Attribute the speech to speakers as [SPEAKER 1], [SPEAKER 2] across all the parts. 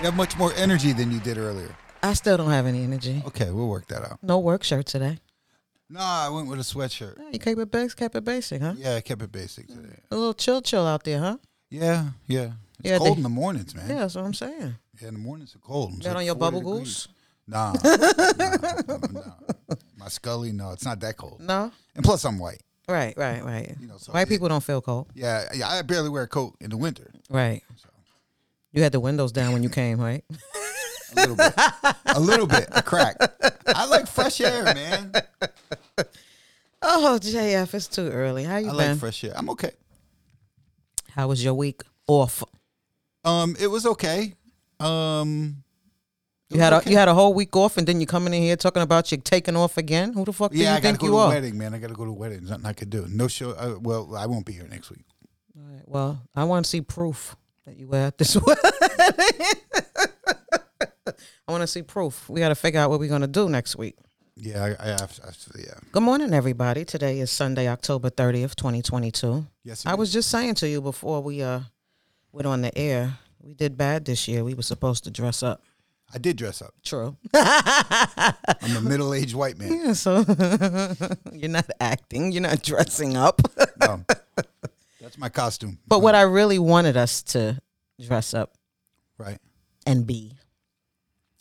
[SPEAKER 1] You have much more energy than you did earlier.
[SPEAKER 2] I still don't have any energy.
[SPEAKER 1] Okay, we'll work that out.
[SPEAKER 2] No work shirt today.
[SPEAKER 1] No, I went with a sweatshirt.
[SPEAKER 2] You kept it basic, kept it basic, huh?
[SPEAKER 1] Yeah, I kept it basic today.
[SPEAKER 2] A little chill, chill out there, huh?
[SPEAKER 1] Yeah, yeah. It's
[SPEAKER 2] Yeah, they-
[SPEAKER 1] cold in the mornings, man.
[SPEAKER 2] Yeah,
[SPEAKER 1] Yeah,
[SPEAKER 2] that's what I'm saying.
[SPEAKER 1] in the mornings are cold. It's
[SPEAKER 2] Got
[SPEAKER 1] like
[SPEAKER 2] on your
[SPEAKER 1] 40
[SPEAKER 2] bubble
[SPEAKER 1] degrees.
[SPEAKER 2] goose?
[SPEAKER 1] Nah, nah, nah. My Scully, no, it's not that cold.
[SPEAKER 2] No.
[SPEAKER 1] And plus, I'm white.
[SPEAKER 2] Right, right, right.
[SPEAKER 1] know, so
[SPEAKER 2] White
[SPEAKER 1] it-
[SPEAKER 2] people don't feel cold.
[SPEAKER 1] Yeah, yeah. I barely wear a coat in the winter.
[SPEAKER 2] Right. You had the windows down when you came, right?
[SPEAKER 1] A little bit, a little bit, a crack. I like fresh air, man.
[SPEAKER 2] Oh, JF, it's too early. How you
[SPEAKER 1] I
[SPEAKER 2] been?
[SPEAKER 1] like fresh air. I'm okay.
[SPEAKER 2] How was your week off?
[SPEAKER 1] Um, it was okay. Um, it
[SPEAKER 2] You
[SPEAKER 1] was
[SPEAKER 2] had a
[SPEAKER 1] okay.
[SPEAKER 2] you had a whole week off, and then you coming in here talking about you taking off again. Who the fuck
[SPEAKER 1] yeah,
[SPEAKER 2] do you
[SPEAKER 1] I gotta
[SPEAKER 2] think
[SPEAKER 1] go
[SPEAKER 2] you
[SPEAKER 1] to a
[SPEAKER 2] are?
[SPEAKER 1] wedding, man. I gotta go to a wedding. There's nothing I could do. No show. Uh, well, I won't be here next week.
[SPEAKER 2] All right, well, I want to see proof that you were at this wedding. I want to see proof. We got to figure out what we're gonna do next week.
[SPEAKER 1] Yeah, I, I have. I, yeah.
[SPEAKER 2] Good morning, everybody. Today is Sunday, October 30th, 2022.
[SPEAKER 1] Yes,
[SPEAKER 2] I was just saying to you before we uh went on the air, we did bad this year. We were supposed to dress up.
[SPEAKER 1] I did dress up.
[SPEAKER 2] True.
[SPEAKER 1] I'm a middle-aged white man.
[SPEAKER 2] Yeah, so you're not acting, you're not dressing up.
[SPEAKER 1] No. That's my costume.
[SPEAKER 2] but what I really wanted us to dress up
[SPEAKER 1] Right.
[SPEAKER 2] and be,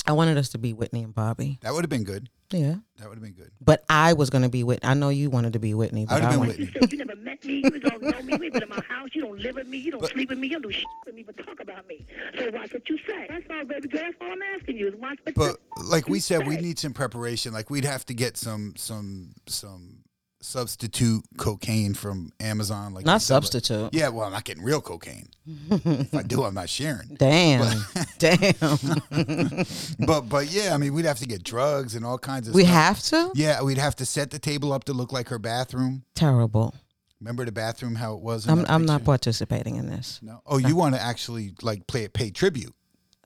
[SPEAKER 2] I wanted us to be Whitney and Bobby.
[SPEAKER 1] That would have been good.
[SPEAKER 2] Yeah.
[SPEAKER 1] That would have been good.
[SPEAKER 2] But I was going to be Whitney. I know you wanted to be Whitney,
[SPEAKER 1] I
[SPEAKER 2] but I,
[SPEAKER 1] would have been
[SPEAKER 2] wanted.
[SPEAKER 1] Whitney.
[SPEAKER 3] You never met me. You don't know me. We been in my house. You don't live with me. You don't sleep with me. You don't do shit with me. But talk about me. So watch what you say. That's all, baby girl. That's all I'm asking you is watch what
[SPEAKER 1] But
[SPEAKER 3] you
[SPEAKER 1] like we said, we
[SPEAKER 3] say.
[SPEAKER 1] need some preparation. Like we'd have to get some some some substitute cocaine from Amazon. Like
[SPEAKER 2] Not
[SPEAKER 1] you said, like-
[SPEAKER 2] substitute.
[SPEAKER 1] yeah. Well, I'm not getting real cocaine. if I do, I'm not sharing.
[SPEAKER 2] Damn. Damn.
[SPEAKER 1] But but yeah, I mean, we'd have to get drugs and all kinds of.
[SPEAKER 2] we
[SPEAKER 1] stuff.
[SPEAKER 2] have to?
[SPEAKER 1] Yeah, we'd have to set the table up to look like her bathroom.
[SPEAKER 2] Terrible.
[SPEAKER 1] Remember the bathroom how it was. In
[SPEAKER 2] I'm,
[SPEAKER 1] that
[SPEAKER 2] I'm not
[SPEAKER 1] picture?
[SPEAKER 2] participating in this.
[SPEAKER 1] No. Oh, you want to actually like play it, pay tribute?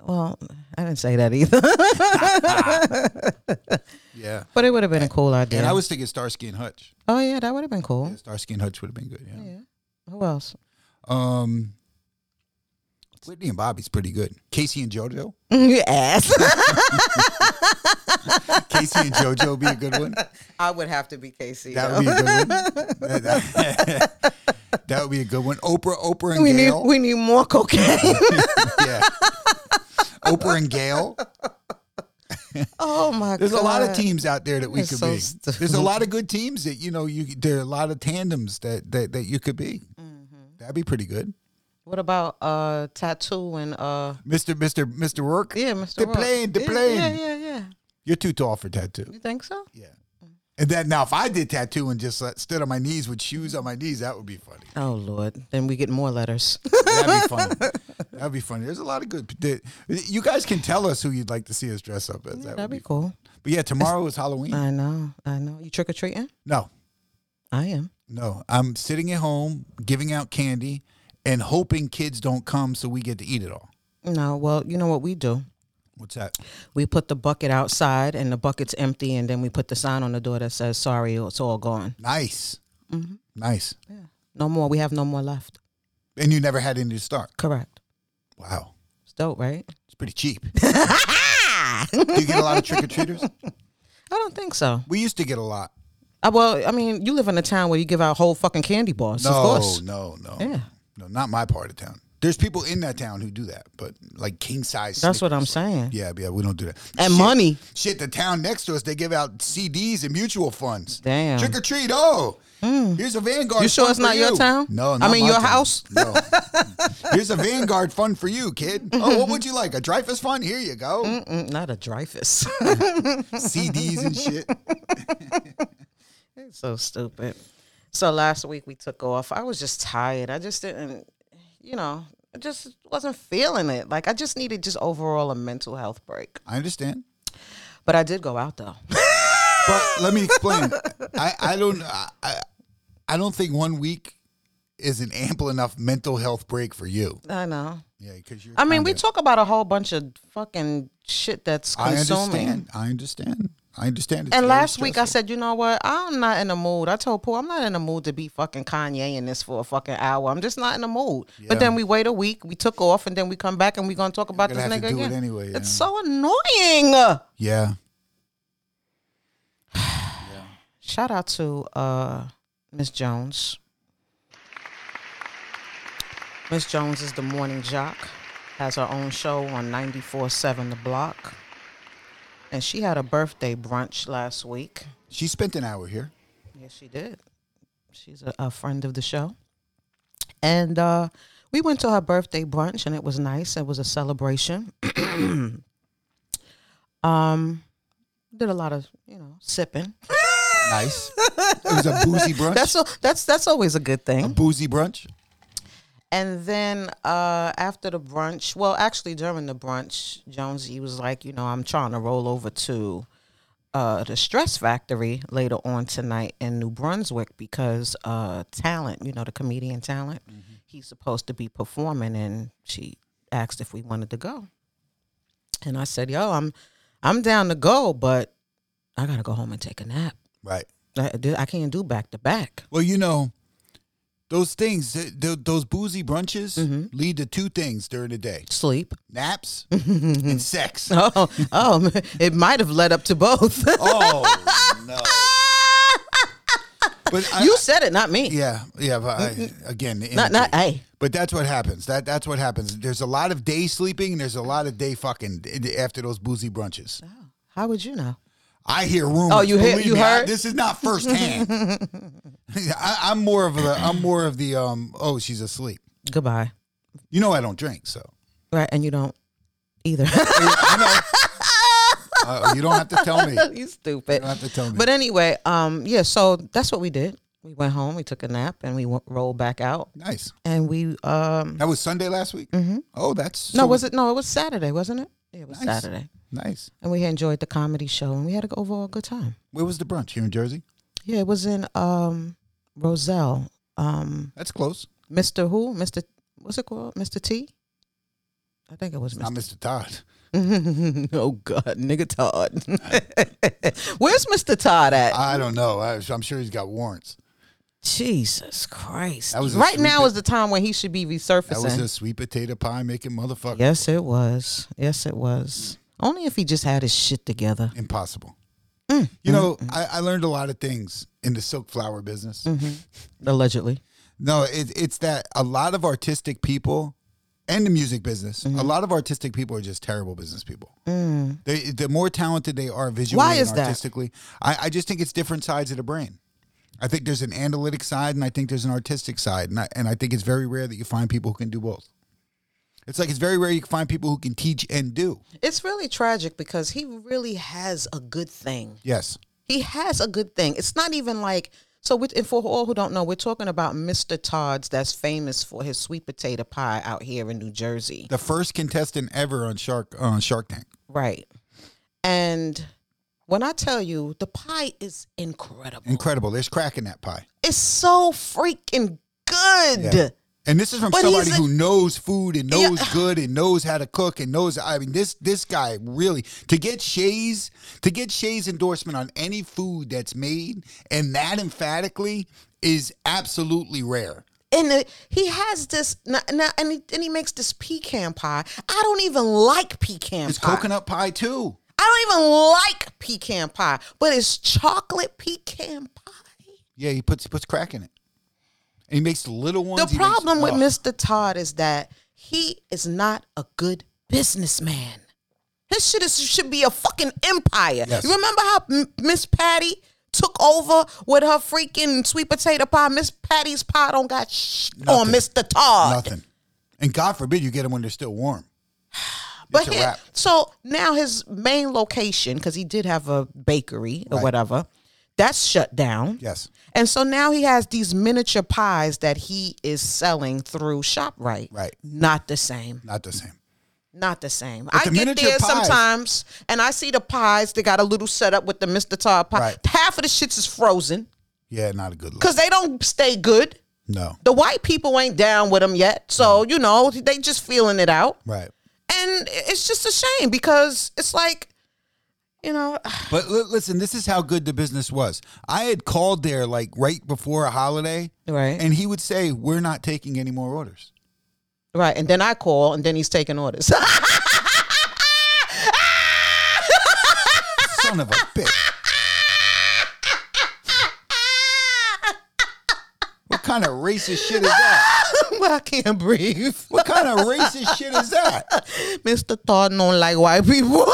[SPEAKER 2] Well, I didn't say that either,
[SPEAKER 1] Yeah.
[SPEAKER 2] but it would have been a cool idea.
[SPEAKER 1] And I was thinking Starsky and Hutch.
[SPEAKER 2] oh, yeah, that would have been cool.
[SPEAKER 1] Starsky and Hutch would have been good. Yeah.
[SPEAKER 2] Yeah. Who else?
[SPEAKER 1] Um, Whitney and Bobby's pretty good. Casey and JoJo.
[SPEAKER 2] you ass.
[SPEAKER 1] Casey and JoJo would be a good one.
[SPEAKER 2] I would have to be Casey.
[SPEAKER 1] That
[SPEAKER 2] though.
[SPEAKER 1] would be a good one. That, that- that would be a good one. Oprah, Oprah and
[SPEAKER 2] we need
[SPEAKER 1] Gail.
[SPEAKER 2] we need more cocaine.
[SPEAKER 1] yeah. Oprah and Gail.
[SPEAKER 2] oh my
[SPEAKER 1] There's
[SPEAKER 2] god.
[SPEAKER 1] a lot of teams out there that we
[SPEAKER 2] That's
[SPEAKER 1] could
[SPEAKER 2] so
[SPEAKER 1] be.
[SPEAKER 2] stupid.
[SPEAKER 1] There's a lot of good teams that you know you there are a lot of tandems that that, that you could be.
[SPEAKER 2] Mm-hmm.
[SPEAKER 1] That'd be pretty good.
[SPEAKER 2] What about uh tattoo and uh
[SPEAKER 1] Mr. Mr. Mr. Rourke.
[SPEAKER 2] yeah, Mr.
[SPEAKER 1] The
[SPEAKER 2] Rock.
[SPEAKER 1] plane, the
[SPEAKER 2] yeah,
[SPEAKER 1] plane.
[SPEAKER 2] Yeah, yeah, yeah.
[SPEAKER 1] You're too tall for tattoo.
[SPEAKER 2] You think so?
[SPEAKER 1] Yeah. And then now if I did tattoo and just uh, stood on my knees with shoes on my knees, that would be funny.
[SPEAKER 2] Oh lord. Then we get more letters.
[SPEAKER 1] That'd be funny. That'd be funny. There's a lot of good. that- You guys can tell us who you'd like to see us dress up as. that
[SPEAKER 2] That'd
[SPEAKER 1] would
[SPEAKER 2] be
[SPEAKER 1] be.
[SPEAKER 2] cool. Uh,
[SPEAKER 1] But yeah, tomorrow is Halloween.
[SPEAKER 2] I know. I know. You trick or treating?
[SPEAKER 1] No,
[SPEAKER 2] I am.
[SPEAKER 1] no. I'm sitting at home giving out candy and hoping kids don't come so we get to eat it all.
[SPEAKER 2] No, well, you know what we do?
[SPEAKER 1] What's that?
[SPEAKER 2] We put the bucket outside and the bucket's empty and then we put the sign on the door that says sorry, it's all gone.
[SPEAKER 1] Nice. Nice.
[SPEAKER 2] No more. We have no more left.
[SPEAKER 1] And you never had any to start.
[SPEAKER 2] Correct.
[SPEAKER 1] Wow.
[SPEAKER 2] It's dope, right?
[SPEAKER 1] It's pretty cheap. Do you get a lot of trick or treaters?
[SPEAKER 2] I don't think so.
[SPEAKER 1] We used to get a lot.
[SPEAKER 2] Uh, well, I mean, you live in a town where you give out whole fucking candy bars. of
[SPEAKER 1] No,
[SPEAKER 2] course.
[SPEAKER 1] no, no.
[SPEAKER 2] Yeah.
[SPEAKER 1] No, not my part of town. There's people in that town who do that, but like king size.
[SPEAKER 2] That's what I'm saying.
[SPEAKER 1] Yeah, yeah, we don't do that.
[SPEAKER 2] And money.
[SPEAKER 1] Shit, the town next to us, they give out CDs and mutual funds.
[SPEAKER 2] Damn. Hmm.
[SPEAKER 1] Trick or treat. Oh, here's a Vanguard.
[SPEAKER 2] You sure
[SPEAKER 1] fund
[SPEAKER 2] it's not
[SPEAKER 1] for
[SPEAKER 2] your
[SPEAKER 1] you.
[SPEAKER 2] town?
[SPEAKER 1] No,
[SPEAKER 2] I
[SPEAKER 1] not
[SPEAKER 2] mean,
[SPEAKER 1] my
[SPEAKER 2] your
[SPEAKER 1] town.
[SPEAKER 2] house?
[SPEAKER 1] No. here's a Vanguard fund for you, kid. Oh, what would you like? A Dreyfus fund? Here you go.
[SPEAKER 2] Mm, Not a Dreyfus.
[SPEAKER 1] CDs and shit.
[SPEAKER 2] So stupid. So last week we took off. I was just tired. I just didn't, you know, I just wasn't feeling it. Like I just needed just overall a mental health break.
[SPEAKER 1] I understand.
[SPEAKER 2] But I did go out though.
[SPEAKER 1] But let me explain. I, I don't I, I- I don't think one week is an ample enough mental health break for you.
[SPEAKER 2] I know.
[SPEAKER 1] Yeah, because you're.
[SPEAKER 2] I mean, we
[SPEAKER 1] kinda-
[SPEAKER 2] talk about a whole bunch of fucking shit that's
[SPEAKER 1] I
[SPEAKER 2] consuming.
[SPEAKER 1] understand. I understand. I understand. It's
[SPEAKER 2] And
[SPEAKER 1] very
[SPEAKER 2] last week I
[SPEAKER 1] stressful.
[SPEAKER 2] said, you know what? I'm not in the mood. I told Paul, I'm not in the mood to be fucking Kanye in this for a fucking hour. I'm just not in the mood. But then we wait a week, we took off, and then we come back and we gonna talk about
[SPEAKER 1] gonna
[SPEAKER 2] this
[SPEAKER 1] have
[SPEAKER 2] nigga
[SPEAKER 1] to do it
[SPEAKER 2] again.
[SPEAKER 1] anyway, yeah.
[SPEAKER 2] It's so annoying.
[SPEAKER 1] "Yeah,
[SPEAKER 2] Shout out to uh Miss Jones. Miss Jones is the morning jock, has her own show on 94.7 The Block. And she had a birthday brunch last week.
[SPEAKER 1] she spent an hour here."
[SPEAKER 2] Yes, she did. She's a, a friend of the show. And uh, we went to her birthday brunch and it was nice. It was a celebration. um, did a lot of, you know, sipping.
[SPEAKER 1] Nice. it was a boozy brunch.
[SPEAKER 2] That's a, that's that's always a good
[SPEAKER 1] a
[SPEAKER 2] thing.
[SPEAKER 1] boozy brunch.
[SPEAKER 2] And then uh, after the brunch, well, actually during the brunch, Jonesy was like, you know, I'm trying to roll over to uh, the Stress Factory later on tonight in New Brunswick because uh, talent, you know, the comedian talent, he's supposed to be performing, and she asked if we wanted to go, and I said, yo, I'm I'm down to go, but I gotta go home and take a nap.
[SPEAKER 1] Right.
[SPEAKER 2] I, I can't do back to back.
[SPEAKER 1] Well, you know, those things, th- th- those boozy brunches
[SPEAKER 2] Mm-hmm.
[SPEAKER 1] lead to two things during the day
[SPEAKER 2] Sleep.
[SPEAKER 1] naps and sex.
[SPEAKER 2] Oh, oh, it might have led up to both.
[SPEAKER 1] oh, no. But I,
[SPEAKER 2] you said it, not me.
[SPEAKER 1] yeah, yeah, but I, again, the
[SPEAKER 2] Not,
[SPEAKER 1] imagery.
[SPEAKER 2] not hey.
[SPEAKER 1] But that's what happens. That that's what happens. There's a lot of day sleeping and there's a lot of day fucking after those boozy brunches.
[SPEAKER 2] How would you know?
[SPEAKER 1] I hear rumors.
[SPEAKER 2] Oh, you hear-
[SPEAKER 1] Believe
[SPEAKER 2] you
[SPEAKER 1] me, I-
[SPEAKER 2] heard?
[SPEAKER 1] this is not firsthand. I, I'm more of the I'm more of the um. Oh, she's asleep.
[SPEAKER 2] Goodbye.
[SPEAKER 1] You know I don't drink, so
[SPEAKER 2] Right, and you don't either.
[SPEAKER 1] I know. Uh, you don't have to tell me.
[SPEAKER 2] you stupid.
[SPEAKER 1] don't have to tell me.
[SPEAKER 2] But anyway, um, yeah. So that's what we did. We went home. We took a nap, and we w- rolled back out,
[SPEAKER 1] Nice.
[SPEAKER 2] and we um.
[SPEAKER 1] That was Sunday last week. Mm-hmm. Oh, that's
[SPEAKER 2] no,
[SPEAKER 1] so
[SPEAKER 2] was it? No, it was Saturday, wasn't it? Yeah, It was
[SPEAKER 1] Nice.
[SPEAKER 2] Saturday,
[SPEAKER 1] nice.
[SPEAKER 2] and we enjoyed the comedy show, and we had an overall good time.
[SPEAKER 1] Where was the brunch here in Jersey?
[SPEAKER 2] Yeah, it was in um Roselle. Um,
[SPEAKER 1] That's close.
[SPEAKER 2] Mr. Who? Mr. What's it called? Mr. T? I think it was
[SPEAKER 1] Not
[SPEAKER 2] Mr.
[SPEAKER 1] Mr. Todd.
[SPEAKER 2] oh God, nigga Todd. Where's Mr. Todd at?
[SPEAKER 1] I don't know. I, I'm sure he's got warrants.
[SPEAKER 2] Jesus Christ!
[SPEAKER 1] That was a
[SPEAKER 2] right now
[SPEAKER 1] stupid-
[SPEAKER 2] is the time when he should be
[SPEAKER 1] That was
[SPEAKER 2] resurfacing.
[SPEAKER 1] a sweet potato pie making motherfucker.
[SPEAKER 2] yes, it was. Yes, it was. Only if he just had his shit together.
[SPEAKER 1] Impossible. You know, I, I learned a lot of things in the silk flower business.
[SPEAKER 2] Allegedly,
[SPEAKER 1] No, it, it's that a lot of artistic people and the music business,
[SPEAKER 2] Mm-hmm.
[SPEAKER 1] a lot of artistic people are just terrible business people. They, the more talented they are visually
[SPEAKER 2] Mm. Why is
[SPEAKER 1] and
[SPEAKER 2] that?
[SPEAKER 1] artistically, I, I just think it's different sides of the brain. I think there's an analytic side and I think there's an artistic side. And I, and I think it's very rare that you find people who can do both. It's like it's very rare you can find people who can teach and do.
[SPEAKER 2] it's really tragic because he really has a good thing.
[SPEAKER 1] Yes.
[SPEAKER 2] he has a good thing. It's not even like so. With, and for all who don't know, we're talking about Mr. Todd's that's famous for his sweet potato pie out here in New Jersey,
[SPEAKER 1] The first contestant ever on Shark on Shark Tank.
[SPEAKER 2] right? And when I tell you, the pie is incredible.
[SPEAKER 1] Incredible. There's crack in that pie.
[SPEAKER 2] it's so freaking good.
[SPEAKER 1] Yeah. And this is from
[SPEAKER 2] But
[SPEAKER 1] somebody
[SPEAKER 2] he's a-
[SPEAKER 1] who knows food and knows
[SPEAKER 2] Yeah.
[SPEAKER 1] good and knows how to cook and knows. I mean, this this guy really to get Shay's to get Shay's endorsement on any food that's made and that emphatically is absolutely rare.
[SPEAKER 2] And uh, he has this, now, now, and, he, and he makes this pecan pie. I don't even like pecan
[SPEAKER 1] It's
[SPEAKER 2] pie.
[SPEAKER 1] coconut pie too.
[SPEAKER 2] I don't even like pecan pie, but it's chocolate pecan pie.
[SPEAKER 1] Yeah, he puts he puts crack in it, and he makes the little ones.
[SPEAKER 2] The
[SPEAKER 1] he makes-
[SPEAKER 2] problem with
[SPEAKER 1] Ugh.
[SPEAKER 2] Mr. Todd is that he is not a good businessman. His shit is, should be a fucking empire.
[SPEAKER 1] Yes.
[SPEAKER 2] You remember how M- Miss Patty took over with her freaking sweet potato pie? Miss Patty's pie don't got sh on
[SPEAKER 1] Nothing.
[SPEAKER 2] Mr. Todd.
[SPEAKER 1] nothing, and God forbid you get them when they're still warm.
[SPEAKER 2] But
[SPEAKER 1] It's a
[SPEAKER 2] here-
[SPEAKER 1] wrap.
[SPEAKER 2] so now his main location, because he did have a bakery or
[SPEAKER 1] Right.
[SPEAKER 2] whatever, That's shut down.
[SPEAKER 1] Yes.
[SPEAKER 2] And so now he has these miniature pies that he is selling through ShopRite.
[SPEAKER 1] Right.
[SPEAKER 2] Not the same.
[SPEAKER 1] Not the same.
[SPEAKER 2] Not the same.
[SPEAKER 1] the
[SPEAKER 2] I get
[SPEAKER 1] miniature
[SPEAKER 2] there
[SPEAKER 1] pies-
[SPEAKER 2] sometimes and I see the pies. They got a little setup with the Mr. Todd pie.
[SPEAKER 1] Right.
[SPEAKER 2] Half of the shits is frozen
[SPEAKER 1] Yeah, not a good look.
[SPEAKER 2] because they don't stay good.
[SPEAKER 1] No.
[SPEAKER 2] The white people ain't down with them yet.
[SPEAKER 1] Mm.
[SPEAKER 2] So, you know, they just feeling it out.
[SPEAKER 1] Right.
[SPEAKER 2] And it's just a shame because it's like, you know,
[SPEAKER 1] But li- listen, this is how good the business was. I had called there like right before a holiday,
[SPEAKER 2] right.
[SPEAKER 1] and he would say, "We're not taking any more orders."
[SPEAKER 2] Right, and then I call, and then he's taking orders.
[SPEAKER 1] Son of a bitch! What kind of racist shit is that?
[SPEAKER 2] I can't breathe.
[SPEAKER 1] What kind of racist shit is that?
[SPEAKER 2] Mr. Todd don't like white people.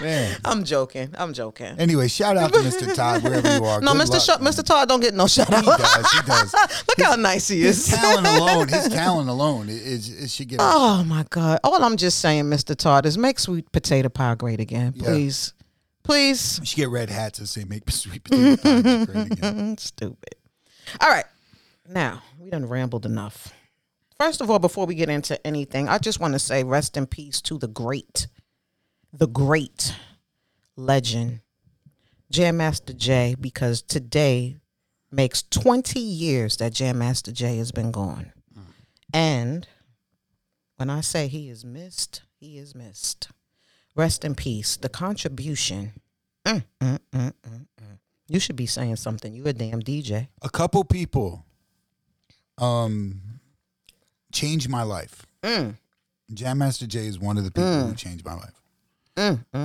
[SPEAKER 1] Man. Man.
[SPEAKER 2] I'm joking. I'm joking.
[SPEAKER 1] Anyway, shout out to Mr. Todd wherever you are.
[SPEAKER 2] No,
[SPEAKER 1] Good
[SPEAKER 2] Mr.
[SPEAKER 1] luck,
[SPEAKER 2] Sh-
[SPEAKER 1] man.
[SPEAKER 2] Mr. Todd don't get no shout out.
[SPEAKER 1] He does. He does.
[SPEAKER 2] Look how nice he is.
[SPEAKER 1] His talent alone. His talent alone. It, it, it should get.
[SPEAKER 2] Oh my God! All I'm just saying, Mr. Todd, is make sweet potato pie great again,
[SPEAKER 1] Yeah.
[SPEAKER 2] please, please.
[SPEAKER 1] You should get red hats and say "Make sweet potato pies great again."
[SPEAKER 2] Mm, Stupid. All right. Now, we done rambled enough. First of all, before we get into anything, I just want to say rest in peace to the great, the great legend, Jam Master Jay, because today makes 20 years that Jam Master Jay has been gone. And when I say he is missed, he is missed. Rest in peace. The contribution. Mm, mm, mm, mm. You should be saying something. You a damn DJ.
[SPEAKER 1] A couple people, um, changed my life. Jam Master Jay is one of the people who changed my life.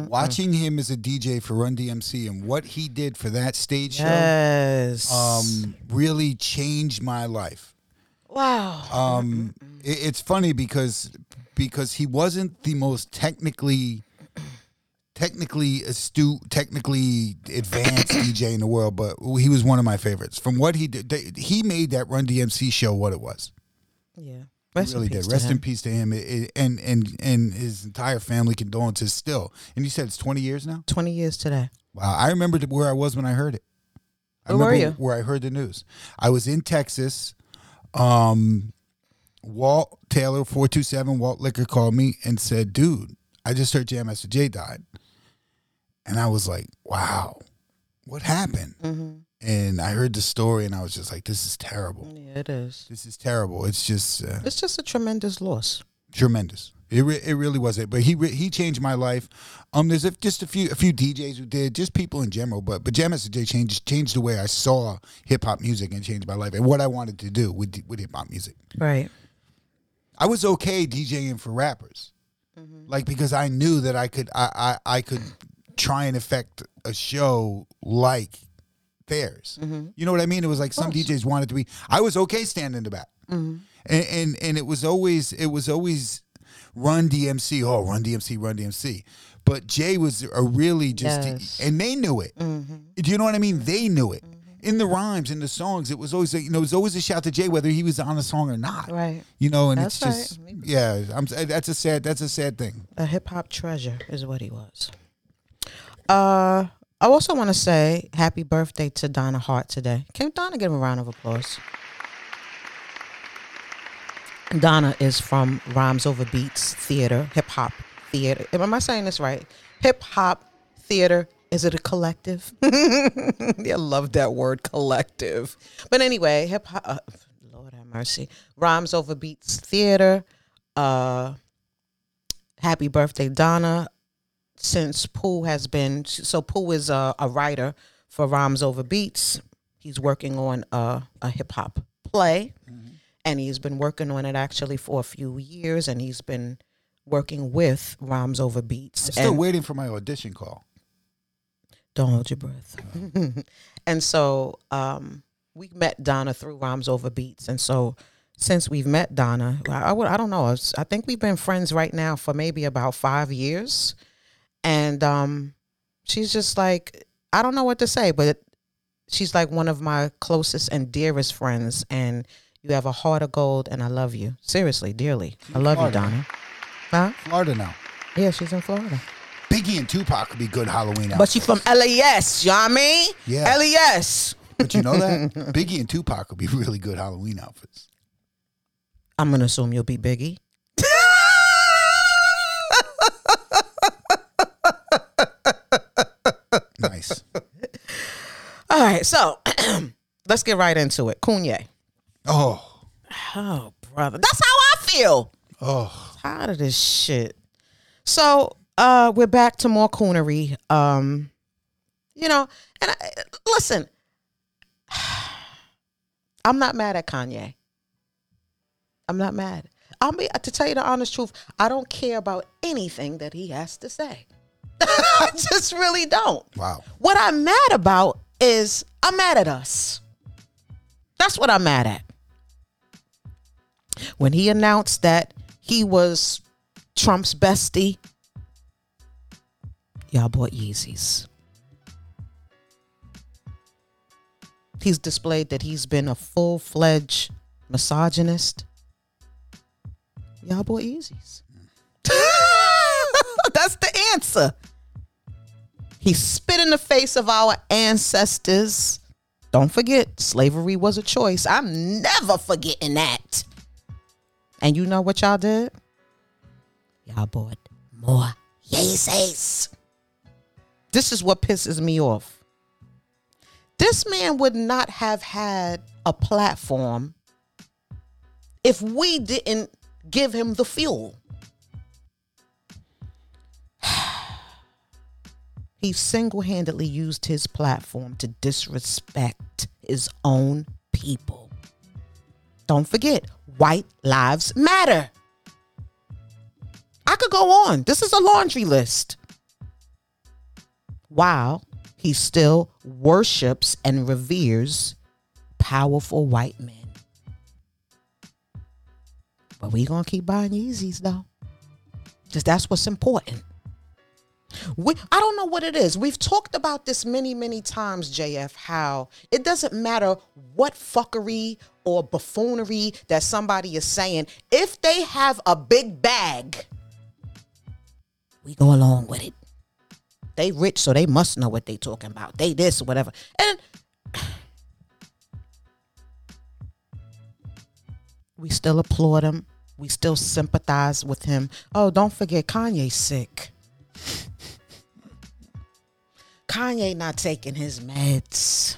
[SPEAKER 1] Watching him as a DJ for Run DMC and what he did for that stage
[SPEAKER 2] Yes.
[SPEAKER 1] show um, really changed my life.
[SPEAKER 2] wow.
[SPEAKER 1] Um,
[SPEAKER 2] Mm-hmm.
[SPEAKER 1] it, it's funny because because he wasn't the most technically technically astute, technically advanced DJ in the world, but he was one of my favorites. From what he did, they, he made that Run DMC show what it was.
[SPEAKER 2] Yeah.
[SPEAKER 1] He
[SPEAKER 2] Rest
[SPEAKER 1] really
[SPEAKER 2] in peace.
[SPEAKER 1] did.
[SPEAKER 2] to
[SPEAKER 1] Rest in
[SPEAKER 2] him.
[SPEAKER 1] peace to him, It- it- and and and his entire family condolences still. And you said it's twenty years now.
[SPEAKER 2] Twenty years today.
[SPEAKER 1] Wow, I remember where I was when I heard it. I
[SPEAKER 2] Where were
[SPEAKER 1] remember
[SPEAKER 2] you?
[SPEAKER 1] Where I heard the news. I was in Texas. Um, Walt Taylor four two seven Walt Liquor called me and said, "Dude, I just heard Jam Master Jay died," and I was like, "Wow, what happened?"
[SPEAKER 2] Mm-hmm.
[SPEAKER 1] And I heard the story, and I was just like, "This is terrible.
[SPEAKER 2] Yeah, it is.
[SPEAKER 1] This is terrible. It's just." Uh,
[SPEAKER 2] It's just a tremendous loss.
[SPEAKER 1] tremendous. It, re- it really was it, but he re- he changed my life. Um, there's a, just a few a few DJs who did, just people in general, but but Jam Master Jay changed changed the way I saw hip hop music and changed my life and what I wanted to do with with hip hop music.
[SPEAKER 2] Right.
[SPEAKER 1] I was okay DJing for rappers,
[SPEAKER 2] Mm-hmm.
[SPEAKER 1] like because I knew that I could I I, I could try and affect a show like theirs.
[SPEAKER 2] Mm-hmm.
[SPEAKER 1] You know what I mean? It was like some DJs wanted to be. I was okay standing in the back,
[SPEAKER 2] Mm-hmm.
[SPEAKER 1] and, and and it was always it was always Run DMC. Oh, Run DMC, Run DMC. But Jay was a really just,
[SPEAKER 2] Yes. Mm-hmm.
[SPEAKER 1] and they knew it. Do you know what I mean? They knew it. In the rhymes, in the songs, it was always a, you know it was always a shout to Jay whether he was on a song or not.
[SPEAKER 2] Right.
[SPEAKER 1] You know, and it's
[SPEAKER 2] That's
[SPEAKER 1] just yeah. I'm eh, that's a sad that's a sad thing.
[SPEAKER 2] A hip hop treasure is what he was. Uh, I also want to say happy birthday to Donna Hart today. Can Donna give him a round of applause? Donna is from Rhymes Over Beats Theater, Hip Hop Theater. Am I saying this right? Hip Hop Theater. Is it a collective? I love that word, collective. But anyway, hip hop. Uh, Lord have mercy. Rhymes Over Beats Theater. Uh, happy birthday, Donna. Since Pooh has been, so Pooh is a, a writer for Rhymes Over Beats. He's working on a, a hip hop play,
[SPEAKER 1] Mm-hmm.
[SPEAKER 2] and he's been working on it actually for a few years, and he's been working with Rhymes Over Beats.
[SPEAKER 1] I'm still
[SPEAKER 2] and-
[SPEAKER 1] waiting for my audition call.
[SPEAKER 2] don't hold your breath. and so um, we met Donna through Rhymes Over Beats. And so since we've met Donna, I, I, would, I don't know, it's- I think we've been friends right now for maybe about five years. And um, she's just like, I don't know what to say, but she's like one of my closest and dearest friends. And you have a heart of gold, and I love you. Seriously, dearly. I love you,
[SPEAKER 1] Florida.
[SPEAKER 2] Donna. Huh?
[SPEAKER 1] Florida now.
[SPEAKER 2] Yeah, she's in Florida.
[SPEAKER 1] Biggie and Tupac could be good Halloween
[SPEAKER 2] But
[SPEAKER 1] outfits.
[SPEAKER 2] she from LAS, you know what I mean?
[SPEAKER 1] Yeah.
[SPEAKER 2] LAS.
[SPEAKER 1] But you know that Biggie and Tupac could be really good Halloween outfits.
[SPEAKER 2] I'm gonna assume you'll be Biggie.
[SPEAKER 1] Nice.
[SPEAKER 2] All right, so let's get right into it. Kanye.
[SPEAKER 1] Oh,
[SPEAKER 2] Oh, brother. That's how I feel.
[SPEAKER 1] oh,
[SPEAKER 2] Tired of this shit. So uh we're back to more coonery. Um, you know, and I, listen, I'm not mad at Kanye. I'm not mad. I mean, to tell you the honest truth, I don't care about anything that he has to say. I just really don't.
[SPEAKER 1] wow.
[SPEAKER 2] What I'm mad about is I'm mad at us. That's what I'm mad at. When he announced that he was Trump's bestie, y'all bought Yeezys. He's displayed that he's been a full fledged misogynist. Y'all bought Yeezys. That's the answer. He spit in the face of our ancestors. Don't forget, slavery was a choice. I'm never forgetting that. And you know what y'all did? Y'all bought more Yeezys. This is what pisses me off. This man would not have had a platform if we didn't give him the fuel. He single handedly used his platform to disrespect his own people. Don't forget, white lives matter. I could go on. This is a laundry list. While he still worships and reveres powerful white men. But we gonna keep buying Yeezys though. Because that's what's important. We, I don't know what it is. We've talked about this many, many times, JF, how it doesn't matter what fuckery or buffoonery that somebody is saying. If they have a big bag, we go along with it. They rich, so they must know what they talking about. They this or whatever. And we still applaud him. We still sympathize with him. Oh, don't forget Kanye's sick. Kanye not taking his meds.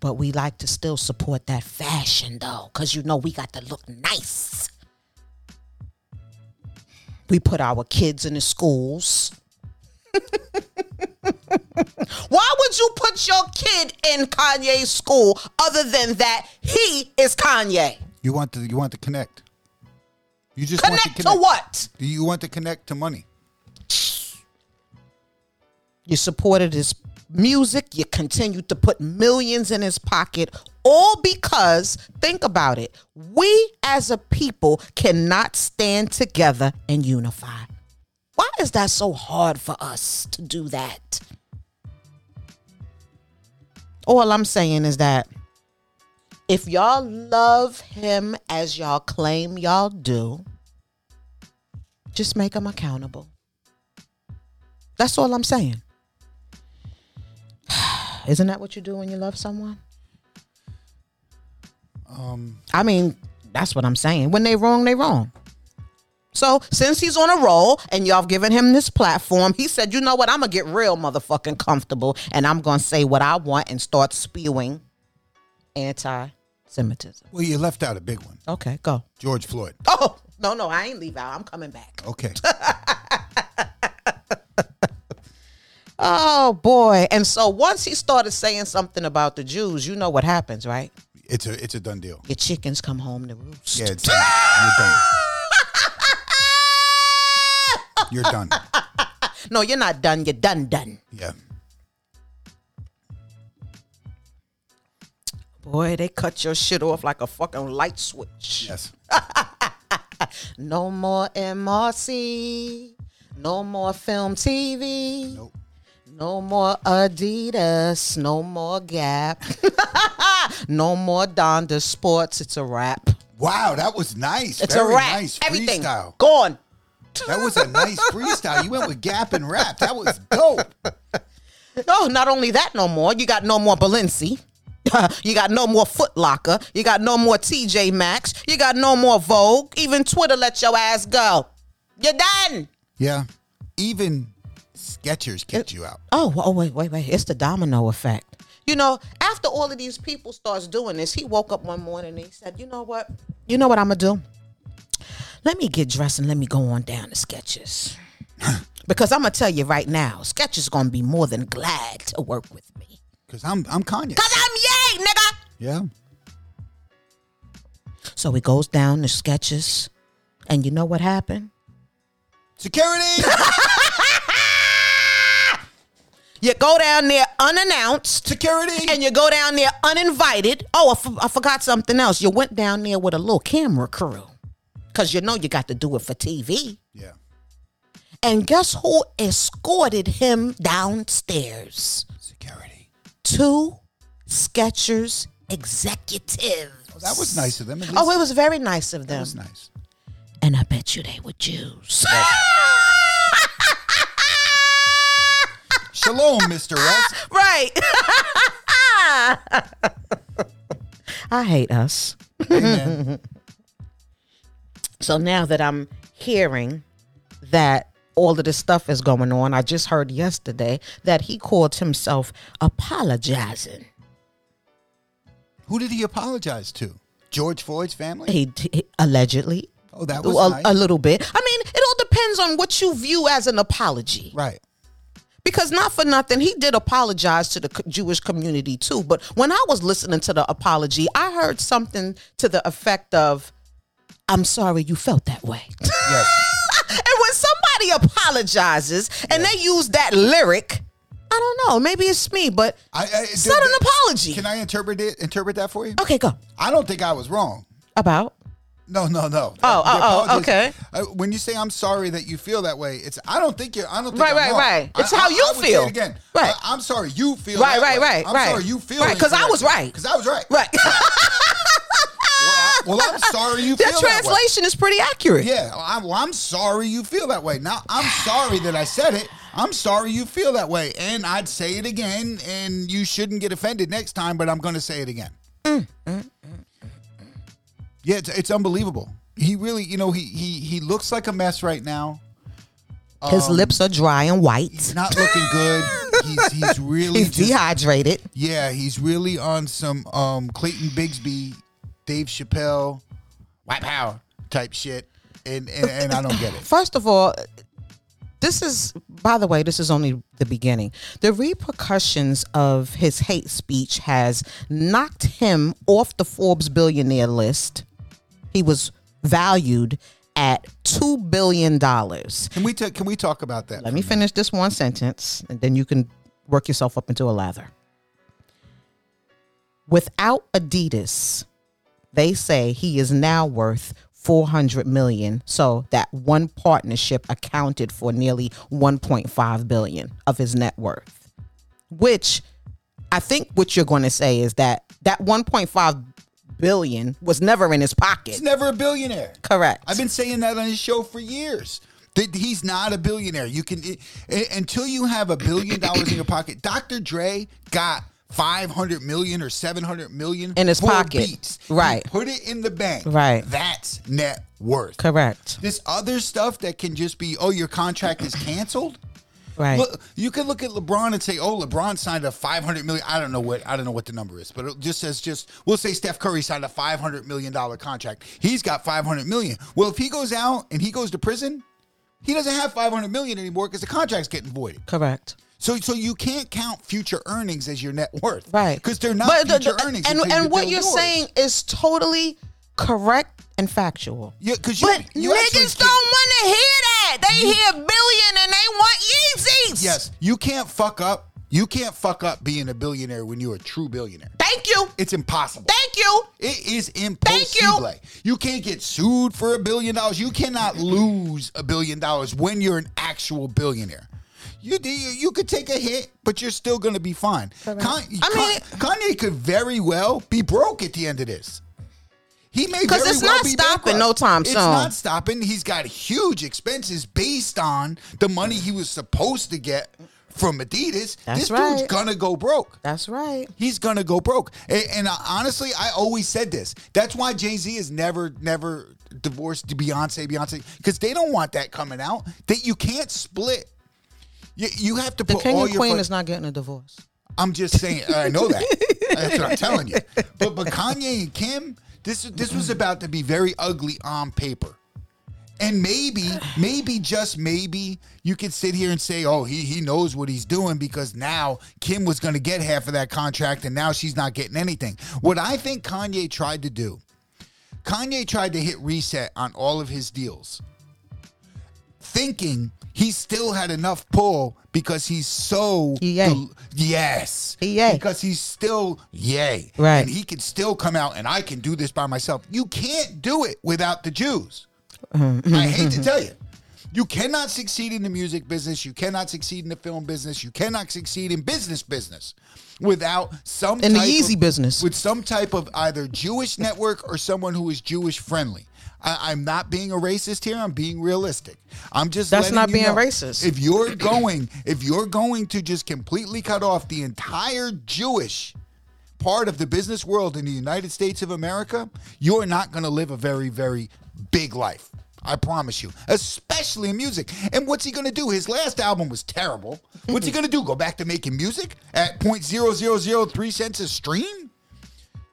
[SPEAKER 2] But we like to still support that fashion though, because you know we got to look nice. We put our kids in the schools. Why would you put your kid in Kanye's school other than that he is Kanye?
[SPEAKER 1] You want to you want to connect. You just want
[SPEAKER 2] Connect
[SPEAKER 1] to
[SPEAKER 2] to
[SPEAKER 1] connect.
[SPEAKER 2] what?
[SPEAKER 1] Do you want to connect to money?
[SPEAKER 2] You supported his music. You continued to put millions in his pocket, all because, think about it, we as a people cannot stand together and unify. Why is that so hard for us to do that? All I'm saying is that if y'all love him as y'all claim y'all do, just make him accountable. That's all I'm saying. Isn't that what you do when you love someone?
[SPEAKER 1] Um,
[SPEAKER 2] I mean, that's what I'm saying. When they wrong, they wrong. So since he's on a roll and y'all have given him this platform, he said, you know what? I'm gonna get real motherfucking comfortable and I'm gonna say what I want and start spewing anti-Semitism.
[SPEAKER 1] well, you left out a big one,
[SPEAKER 2] Okay, go.
[SPEAKER 1] George Floyd.
[SPEAKER 2] Oh no, no, I ain't leave out. I'm coming back.
[SPEAKER 1] Okay,
[SPEAKER 2] Oh boy. And so once he started saying something about the Jews, you know what happens, right?
[SPEAKER 1] it's a it's a done deal.
[SPEAKER 2] Your chickens come home to roost.
[SPEAKER 1] Yeah, it's you're done. You're done.
[SPEAKER 2] No, you're not done. You're done, done.
[SPEAKER 1] Yeah.
[SPEAKER 2] Boy, they cut your shit off like a fucking light switch.
[SPEAKER 1] Yes.
[SPEAKER 2] No more MRC. No more film TV.
[SPEAKER 1] Nope.
[SPEAKER 2] No more Adidas. No more Gap. no more Donda Sports. It's a wrap.
[SPEAKER 1] Wow, that was nice.
[SPEAKER 2] It's
[SPEAKER 1] Very
[SPEAKER 2] a wrap.
[SPEAKER 1] nice
[SPEAKER 2] Everything
[SPEAKER 1] freestyle.
[SPEAKER 2] gone.
[SPEAKER 1] That was a nice freestyle. You went with gap and rap. That was dope.
[SPEAKER 2] No, not only that, no more. You got no more Balenci. you got no more Foot Locker. You got no more TJ Maxx. You got no more Vogue. Even Twitter let your ass go. You're done.
[SPEAKER 1] Yeah. Even Skechers kicked you out.
[SPEAKER 2] Oh, oh, wait, wait, wait. It's the domino effect. You know, after all of these people starts doing this, he woke up one morning and he said, "You know what? You know what I'm gonna do? Let me get dressed and let me go on down to Sketches, because I'm gonna tell you right now, Sketches gonna be more than glad to work with me.
[SPEAKER 1] Cause I'm I'm Kanye.
[SPEAKER 2] Cause I'm yay, nigga."
[SPEAKER 1] Yeah.
[SPEAKER 2] So he goes down to Sketches, and you know what happened?
[SPEAKER 1] Security.
[SPEAKER 2] You go down there unannounced.
[SPEAKER 1] Security.
[SPEAKER 2] and you go down there uninvited. Oh, I for- I forgot something else. You went down there with a little camera crew because you know you got to do it for TV.
[SPEAKER 1] yeah.
[SPEAKER 2] And guess who escorted him downstairs?
[SPEAKER 1] Security.
[SPEAKER 2] Two Skechers executives.
[SPEAKER 1] That was nice of them. At least
[SPEAKER 2] Oh, it was very nice of
[SPEAKER 1] that
[SPEAKER 2] them.
[SPEAKER 1] was nice.
[SPEAKER 2] And I bet you they were Jews.
[SPEAKER 1] Shalom, Mr. West.
[SPEAKER 2] right. I hate us.
[SPEAKER 1] Amen.
[SPEAKER 2] So now that I'm hearing that all of this stuff is going on, I just heard yesterday that he called himself apologizing.
[SPEAKER 1] Who did he apologize to? George Floyd's family?
[SPEAKER 2] He, he- allegedly.
[SPEAKER 1] Oh, that was
[SPEAKER 2] a,
[SPEAKER 1] nice.
[SPEAKER 2] a little bit. I mean, it all depends on what you view as an apology.
[SPEAKER 1] right.
[SPEAKER 2] Because not for nothing, he did apologize to the co- Jewish community too. But when I was listening to the apology, I heard something to the effect of, "I'm sorry you felt that way."
[SPEAKER 1] Yes.
[SPEAKER 2] and when somebody apologizes and they use that lyric, I don't know. Maybe it's me, but
[SPEAKER 1] I, I,
[SPEAKER 2] it's not an apology.
[SPEAKER 1] Can I interpret it? Interpret that for you?
[SPEAKER 2] okay, go
[SPEAKER 1] I don't think I was wrong.
[SPEAKER 2] about.
[SPEAKER 1] No, no, no.
[SPEAKER 2] Oh,
[SPEAKER 1] The
[SPEAKER 2] oh, oh,
[SPEAKER 1] apologies-
[SPEAKER 2] okay.
[SPEAKER 1] Uh, when you say I'm sorry that you feel that way, it's I don't think you're. I don't think
[SPEAKER 2] Right,
[SPEAKER 1] I'm
[SPEAKER 2] right,
[SPEAKER 1] wrong.
[SPEAKER 2] right. It's
[SPEAKER 1] I-
[SPEAKER 2] how
[SPEAKER 1] I-
[SPEAKER 2] you
[SPEAKER 1] I would say it
[SPEAKER 2] feel.
[SPEAKER 1] again.
[SPEAKER 2] Right.
[SPEAKER 1] I, am sorry you feel.
[SPEAKER 2] Right,
[SPEAKER 1] that
[SPEAKER 2] right,
[SPEAKER 1] way.
[SPEAKER 2] right,
[SPEAKER 1] I'm
[SPEAKER 2] right.
[SPEAKER 1] sorry you feel.
[SPEAKER 2] Right, 'cause I was right.
[SPEAKER 1] Because I was right.
[SPEAKER 2] Right.
[SPEAKER 1] Well, I- well, I'm sorry you
[SPEAKER 2] that
[SPEAKER 1] feel that way.
[SPEAKER 2] translation is pretty accurate.
[SPEAKER 1] Yeah, I, well, I'm sorry you feel that way. Now, I'm sorry that I said it. I'm sorry you feel that way. And I'd say it again, and you shouldn't get offended next time, but I'm going to say it again. Yeah, it's, it's unbelievable. He really, you know, he, he, he looks like a mess right now.
[SPEAKER 2] His lips are dry and white.
[SPEAKER 1] Um, He's not looking good. He's, he's really,
[SPEAKER 2] He's
[SPEAKER 1] just-
[SPEAKER 2] dehydrated.
[SPEAKER 1] yeah, he's really on some um, Clayton Bigsby, Dave Chappelle, white power type shit. And, and, and I don't get it.
[SPEAKER 2] First of all, this is, by the way, this is only the beginning. The repercussions of his hate speech has knocked him off the Forbes billionaire list. He was valued at two billion dollars.
[SPEAKER 1] Can we, ta- can we talk about that?
[SPEAKER 2] Let me finish this one sentence, and then you can work yourself up into a lather. Without Adidas, they say he is now worth 400 million. So that one partnership accounted for nearly 1.5 billion of his net worth. Which I think what you're going to say is that that 1.5 billion was never in his pocket.
[SPEAKER 1] He's never a billionaire.
[SPEAKER 2] Correct.
[SPEAKER 1] I've been saying that on his show for years. That he's not a billionaire. You can i- i- until you have a billion dollars in your pocket. Dr. Dre got five hundred million or seven hundred million
[SPEAKER 2] In his
[SPEAKER 1] for
[SPEAKER 2] pocket.
[SPEAKER 1] Beats.
[SPEAKER 2] Right.
[SPEAKER 1] He put it in the bank.
[SPEAKER 2] Right.
[SPEAKER 1] That's net worth.
[SPEAKER 2] Correct.
[SPEAKER 1] This other stuff that can just be oh your contract is canceled.
[SPEAKER 2] Right.
[SPEAKER 1] Look, you can look at LeBron and say, "Oh, LeBron signed a 500 million. I don't know what I don't know what the number is, but it just says just we'll say Steph Curry signed a 500 million dollar contract. He's got 500 million. Well, if he goes out and he goes to prison, he doesn't have 500 million anymore because the contract's getting voided.
[SPEAKER 2] Correct.
[SPEAKER 1] So, so you can't count future earnings as your net worth,
[SPEAKER 2] right?
[SPEAKER 1] Because they're not
[SPEAKER 2] But the-
[SPEAKER 1] future
[SPEAKER 2] the-
[SPEAKER 1] earnings.
[SPEAKER 2] And
[SPEAKER 1] until you
[SPEAKER 2] and what
[SPEAKER 1] build
[SPEAKER 2] you're
[SPEAKER 1] yours.
[SPEAKER 2] saying is totally correct and factual.
[SPEAKER 1] yeah, because you,
[SPEAKER 2] But
[SPEAKER 1] you actually
[SPEAKER 2] niggas don't
[SPEAKER 1] can't-
[SPEAKER 2] want to hear that. They hear billion and they want Yeezys.
[SPEAKER 1] Yes, you can't fuck up. You can't fuck up being a billionaire when you're a true billionaire.
[SPEAKER 2] Thank you.
[SPEAKER 1] It's impossible.
[SPEAKER 2] Thank you.
[SPEAKER 1] It is
[SPEAKER 2] you.
[SPEAKER 1] impossible. You can't get sued for a billion dollars. You cannot lose a billion dollars when you're an actual billionaire. You do- you, you could take a hit, but you're still going to be fine. Kanye,
[SPEAKER 2] I mean-
[SPEAKER 1] Kanye could very well be broke at the end of this. He may
[SPEAKER 2] Because
[SPEAKER 1] very
[SPEAKER 2] it's
[SPEAKER 1] well
[SPEAKER 2] not
[SPEAKER 1] be
[SPEAKER 2] stopping
[SPEAKER 1] bankrupt.
[SPEAKER 2] no time
[SPEAKER 1] It's
[SPEAKER 2] soon.
[SPEAKER 1] not stopping. He's got huge expenses based on the money he was supposed to get from Adidas.
[SPEAKER 2] That's
[SPEAKER 1] this dude's
[SPEAKER 2] right.
[SPEAKER 1] gonna go broke.
[SPEAKER 2] That's right.
[SPEAKER 1] He's gonna go broke. And, and I- honestly, I always said this. That's why Jay Z is never, never divorced to Beyonce, Beyonce, because they don't want that coming out. That you can't split. You, you have to
[SPEAKER 2] The
[SPEAKER 1] put
[SPEAKER 2] king
[SPEAKER 1] all
[SPEAKER 2] and
[SPEAKER 1] your.
[SPEAKER 2] queen
[SPEAKER 1] fun-
[SPEAKER 2] is not getting a divorce.
[SPEAKER 1] I'm just saying. I know that. That's what I'm telling you. But but Kanye and Kim, this this was about to be very ugly on paper. And maybe, maybe just maybe, you could sit here and say, "Oh, he he knows what he's doing because now Kim was going to get half of that contract, and now she's not getting anything." What I think Kanye tried to do, Kanye tried to hit reset on all of his deals, thinking he still had enough pull because he's so
[SPEAKER 2] Yay.
[SPEAKER 1] yes,
[SPEAKER 2] Yay.
[SPEAKER 1] because he's still yay,
[SPEAKER 2] Right.
[SPEAKER 1] And he can still come out, and I can do this by myself. You can't do it without the Jews.
[SPEAKER 2] Mm-hmm.
[SPEAKER 1] I hate to tell you. You cannot succeed in the music business. You cannot succeed in the film business. You cannot succeed in business business without some
[SPEAKER 2] In the
[SPEAKER 1] type
[SPEAKER 2] Yeezy
[SPEAKER 1] of-
[SPEAKER 2] business.
[SPEAKER 1] with some type of either Jewish network or someone who is Jewish friendly. I, I'm not being a racist here. I'm being realistic. I'm just
[SPEAKER 2] That's
[SPEAKER 1] letting
[SPEAKER 2] not
[SPEAKER 1] you
[SPEAKER 2] being
[SPEAKER 1] know.
[SPEAKER 2] racist.
[SPEAKER 1] If you're going, if you're going to just completely cut off the entire Jewish part of the business world in the United States of America, you're not going to live a very, very big life. I promise you, especially in music. And what's he going to do? His last album was terrible. What's he going to do? Go back to making music at 0.0003 cents a stream?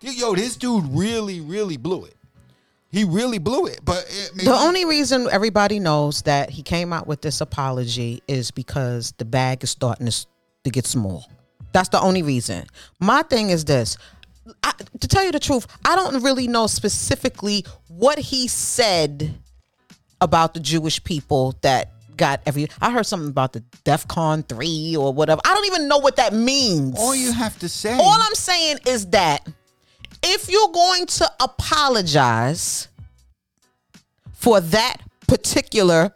[SPEAKER 1] Yo, this dude really, really blew it. He really blew it. But it, maybe,
[SPEAKER 2] The only reason everybody knows that he came out with this apology is because the bag is starting to, s- to get small. That's the only reason. My thing is this. I, to tell you the truth, I don't really know specifically what he said about the Jewish people that got every. I heard something about the DEF CON 3 or whatever. I don't even know what that means.
[SPEAKER 1] all you have to say.
[SPEAKER 2] All I'm saying is that if you're going to apologize for that particular,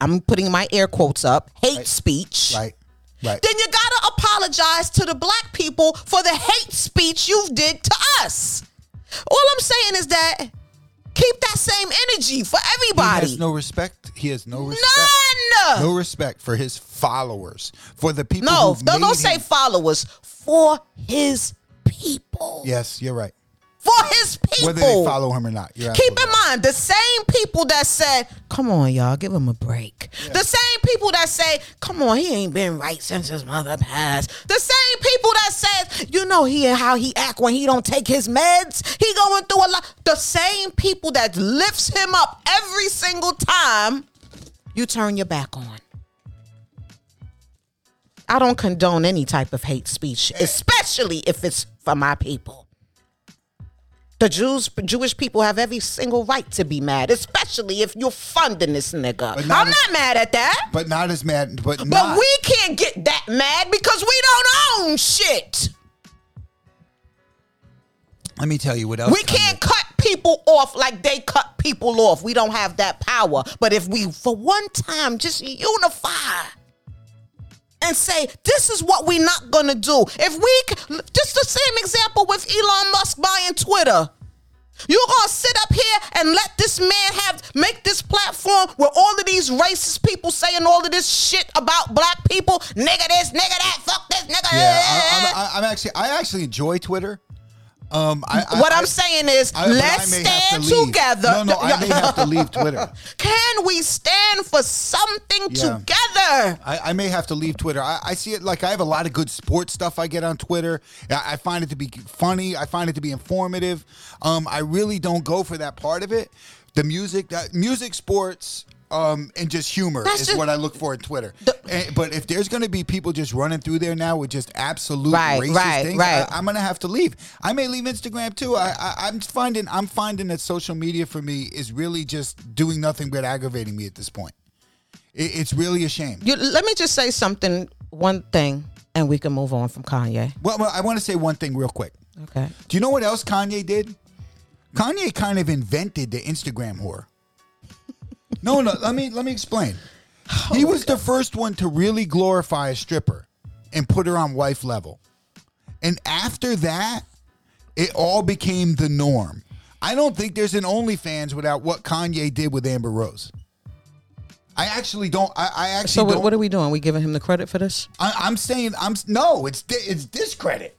[SPEAKER 2] I'm putting my air quotes up, hate speech,
[SPEAKER 1] right, right.
[SPEAKER 2] then you gotta apologize to the black people for the hate speech you've did to us. All I'm saying is that keep that same energy for
[SPEAKER 1] He
[SPEAKER 2] everybody.
[SPEAKER 1] has no respect. He has no respect.
[SPEAKER 2] None.
[SPEAKER 1] no respect for his followers, for the people.
[SPEAKER 2] no,
[SPEAKER 1] who've
[SPEAKER 2] don't,
[SPEAKER 1] made
[SPEAKER 2] don't say
[SPEAKER 1] him-
[SPEAKER 2] followers for his people.
[SPEAKER 1] yes, you're right.
[SPEAKER 2] For his people.
[SPEAKER 1] Whether they follow him or not, you're
[SPEAKER 2] Keep
[SPEAKER 1] absolutely
[SPEAKER 2] in
[SPEAKER 1] right.
[SPEAKER 2] mind the same people that said, "Come on, y'all, give him a break." The same people that say, "Come on, he ain't been right since his mother passed." The same people that says, "You know he how he act when he don't take his meds. He going through a lot." The same people that lifts him up every single time you turn your back on. I don't condone any type of hate speech, especially if it's for my people. The Jews, Jewish people have every single right to be mad, especially if you're funding this nigga.
[SPEAKER 1] But
[SPEAKER 2] I'm
[SPEAKER 1] not
[SPEAKER 2] not
[SPEAKER 1] as-
[SPEAKER 2] mad at that. But,
[SPEAKER 1] But not as mad. But, not.
[SPEAKER 2] we can't get that mad because we don't own shit.
[SPEAKER 1] Let me tell you what else.
[SPEAKER 2] We can't cut people off like they cut people off. We don't have that power. But if we, for one time, just unify and say, this is what we're not going to do. If we, c- just the same example with Elon Musk buying Twitter. You're gonna sit up here and let this man have make this platform where all of these racist people saying all of this shit about black people, nigga this, nigga that, fuck this, nigga.
[SPEAKER 1] Yeah, I, I'm, I'm actually. I actually enjoy Twitter. Um, I, I-
[SPEAKER 2] What
[SPEAKER 1] I-
[SPEAKER 2] I'm saying is,
[SPEAKER 1] I- but I
[SPEAKER 2] let's
[SPEAKER 1] may have
[SPEAKER 2] stand
[SPEAKER 1] to leave.
[SPEAKER 2] together.
[SPEAKER 1] No, no, I may have to leave Twitter.
[SPEAKER 2] Can we stand for something
[SPEAKER 1] Yeah.
[SPEAKER 2] together?
[SPEAKER 1] I, I may have to leave Twitter. I, I see it like I have a lot of good sports stuff I get on Twitter. I, I find it to be funny. I find it to be informative. Um, I really don't go for that part of it. The music, that music, sports, um, and just humor
[SPEAKER 2] That's
[SPEAKER 1] is
[SPEAKER 2] just-
[SPEAKER 1] what I look for in Twitter. And- but if there's going to be people just running through there now with just absolute
[SPEAKER 2] Right,
[SPEAKER 1] racist
[SPEAKER 2] right,
[SPEAKER 1] things,
[SPEAKER 2] right.
[SPEAKER 1] I, I'm gonna have to leave. I may leave Instagram too. I, I I'm finding I'm finding that social media for me is really just doing nothing but aggravating me at this point. It, it's really a shame.
[SPEAKER 2] You, let me just say something, one thing, and we can move on from Kanye.
[SPEAKER 1] Well, well, I want to say one thing real quick.
[SPEAKER 2] Okay.
[SPEAKER 1] Do you know what else Kanye did? Kanye kind of invented the Instagram whore. No, no, let me let me explain. He was the first one to really glorify a stripper and put her on wife level. And after that, it all became the norm. I don't think there's an OnlyFans without what Kanye did with Amber Rose. I actually don't. I, I actually
[SPEAKER 4] So what,
[SPEAKER 1] don't.
[SPEAKER 4] what are we doing? We giving him the credit for this?
[SPEAKER 1] I, I'm saying I'm no. It's di- it's discredit.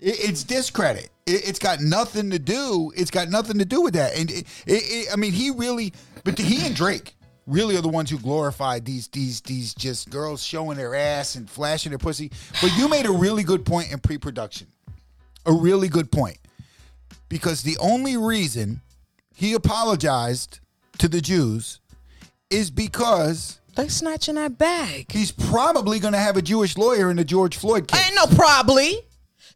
[SPEAKER 1] It, it's discredit. It, it's got nothing to do. It's got nothing to do with that. And it, it, it, I mean, he really, but he and Drake really are the ones who glorified these these these just girls showing their ass and flashing their pussy. But you made a really good point in pre-production. A really good point because the only reason he apologized to the Jews is because
[SPEAKER 4] They snatching that bag.
[SPEAKER 1] he's probably going to have a Jewish lawyer in the George Floyd case.
[SPEAKER 2] Ain't no probably.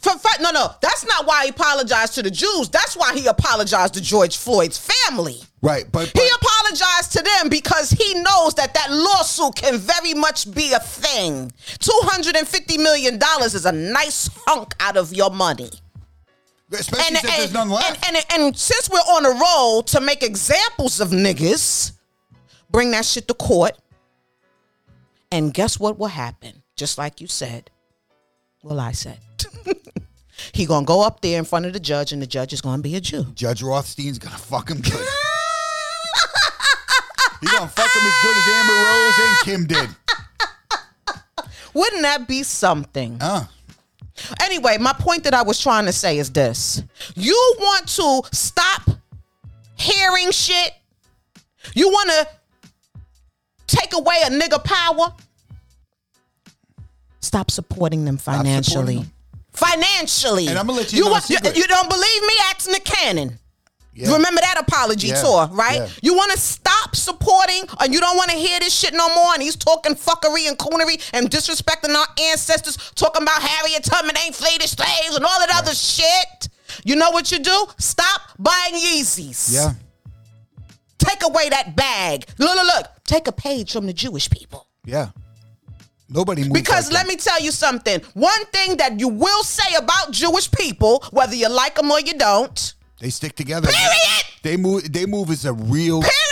[SPEAKER 2] For, fa- no, no, that's not why he apologized to the Jews. That's why he apologized to George Floyd's family.
[SPEAKER 1] Right, but,
[SPEAKER 2] He
[SPEAKER 1] but-
[SPEAKER 2] apologized to them because he knows that that lawsuit can very much be a thing. $250 million is a nice hunk out of your money.
[SPEAKER 1] especially since there's none left.
[SPEAKER 2] And, and, and since we're on a roll to make examples of niggas, bring that shit to court. And guess what will happen? Just like you said. Well, I said. he gonna go up there in front of the judge, and the judge is gonna be a Jew.
[SPEAKER 1] Judge Rothstein's gonna fuck him good. He's gonna fuck him as good as Amber Rose and Kim did.
[SPEAKER 2] Wouldn't that be something?
[SPEAKER 1] Huh?
[SPEAKER 2] Anyway, my point that I was trying to say is this you want to stop hearing shit, you want to take away a nigga power. Stop supporting them
[SPEAKER 1] supporting
[SPEAKER 2] financially.
[SPEAKER 1] them.
[SPEAKER 2] Financially.
[SPEAKER 1] And I'ma let you know a
[SPEAKER 2] want-
[SPEAKER 1] secret.
[SPEAKER 2] You, don't believe me? Ask Nick Cannon.
[SPEAKER 1] Yeah.
[SPEAKER 2] Remember that apology
[SPEAKER 1] Yeah.
[SPEAKER 2] tour, right?
[SPEAKER 1] Yeah.
[SPEAKER 2] You want to stop supporting, and you don't want to hear this shit no more. And he's talking fuckery and coonery and disrespecting our ancestors, talking about Harriet Tubman ain't fleeing slaves and all that other shit. You know what you do? Stop buying Yeezys.
[SPEAKER 1] Yeah.
[SPEAKER 2] Take away that bag. Look, look, look. Take a page from the Jewish people.
[SPEAKER 1] Yeah. Nobody moves.
[SPEAKER 2] Because let me tell you something. One thing that you will say about Jewish people, whether you like them or you don't,
[SPEAKER 1] They stick together.
[SPEAKER 2] Period!
[SPEAKER 1] They move. They move as a real.
[SPEAKER 2] period.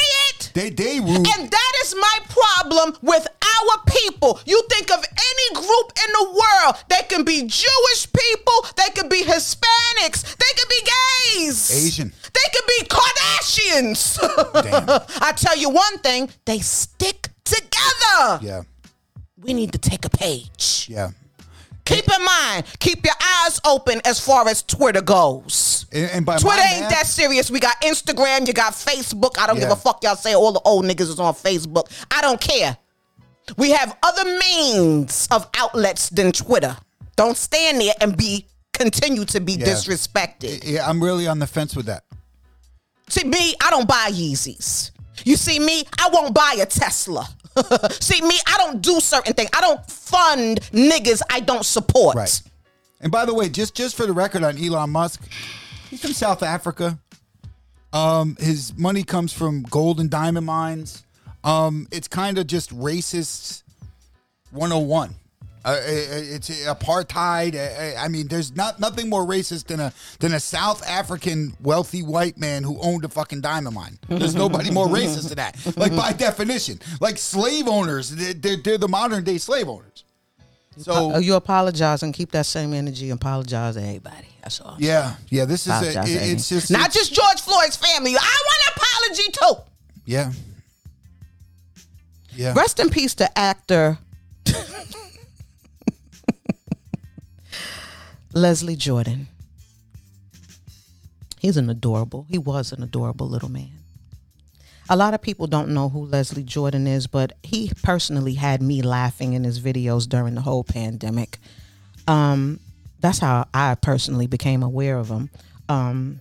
[SPEAKER 1] They they move.
[SPEAKER 2] And that is my problem with our people. You think of any group in the world, they can be Jewish people, they can be Hispanics, they can be gays,
[SPEAKER 1] Asian.
[SPEAKER 2] they can be Kardashians.
[SPEAKER 1] Damn.
[SPEAKER 2] I tell you one thing, they stick together.
[SPEAKER 1] Yeah.
[SPEAKER 2] We need to take a page.
[SPEAKER 1] Yeah.
[SPEAKER 2] Keep in mind, keep your eyes open as far as Twitter goes.
[SPEAKER 1] And, and by
[SPEAKER 2] Twitter
[SPEAKER 1] my
[SPEAKER 2] ain't
[SPEAKER 1] math,
[SPEAKER 2] that serious. We got Instagram, you got Facebook. I don't give
[SPEAKER 1] Yeah.
[SPEAKER 2] a fuck y'all say all the old niggas is on Facebook. I don't care. We have other means of outlets than Twitter. Don't stand there and be continue to be
[SPEAKER 1] Yeah.
[SPEAKER 2] disrespected.
[SPEAKER 1] Yeah, I'm really on the fence with that.
[SPEAKER 2] See me, I don't buy Yeezys. You see me, I won't buy a Tesla. see me, I don't do certain things. I don't fund niggas I don't support.
[SPEAKER 1] Right. And by the way, just just for the record on Elon Musk, he's from South Africa. Um, his money comes from gold and diamond mines. Um, it's kind of just racist 101. Uh, i- i- it's apartheid. I- I I mean, there's not nothing more racist than a than a South African wealthy white man who owned a fucking diamond mine. There's nobody more racist than that. Like by definition, like slave owners, they're, they're, they're the modern day slave owners. So
[SPEAKER 4] Uh, you apologize and keep that same energy. and Apologize to everybody. That's all.
[SPEAKER 1] Yeah, yeah. This is a,
[SPEAKER 4] Apologize,
[SPEAKER 1] it- it's
[SPEAKER 4] Amy.
[SPEAKER 1] just
[SPEAKER 2] Not just George Floyd's family. I want an apology too.
[SPEAKER 1] yeah, yeah.
[SPEAKER 4] Rest in peace to actor
[SPEAKER 2] Leslie
[SPEAKER 4] Jordan.
[SPEAKER 2] Jordan.
[SPEAKER 4] He's an adorable. He was an adorable little man. A lot of people don't know who Leslie Jordan is, but he personally had me laughing in his videos during the whole pandemic. Um, that's how I personally became aware of him. Um,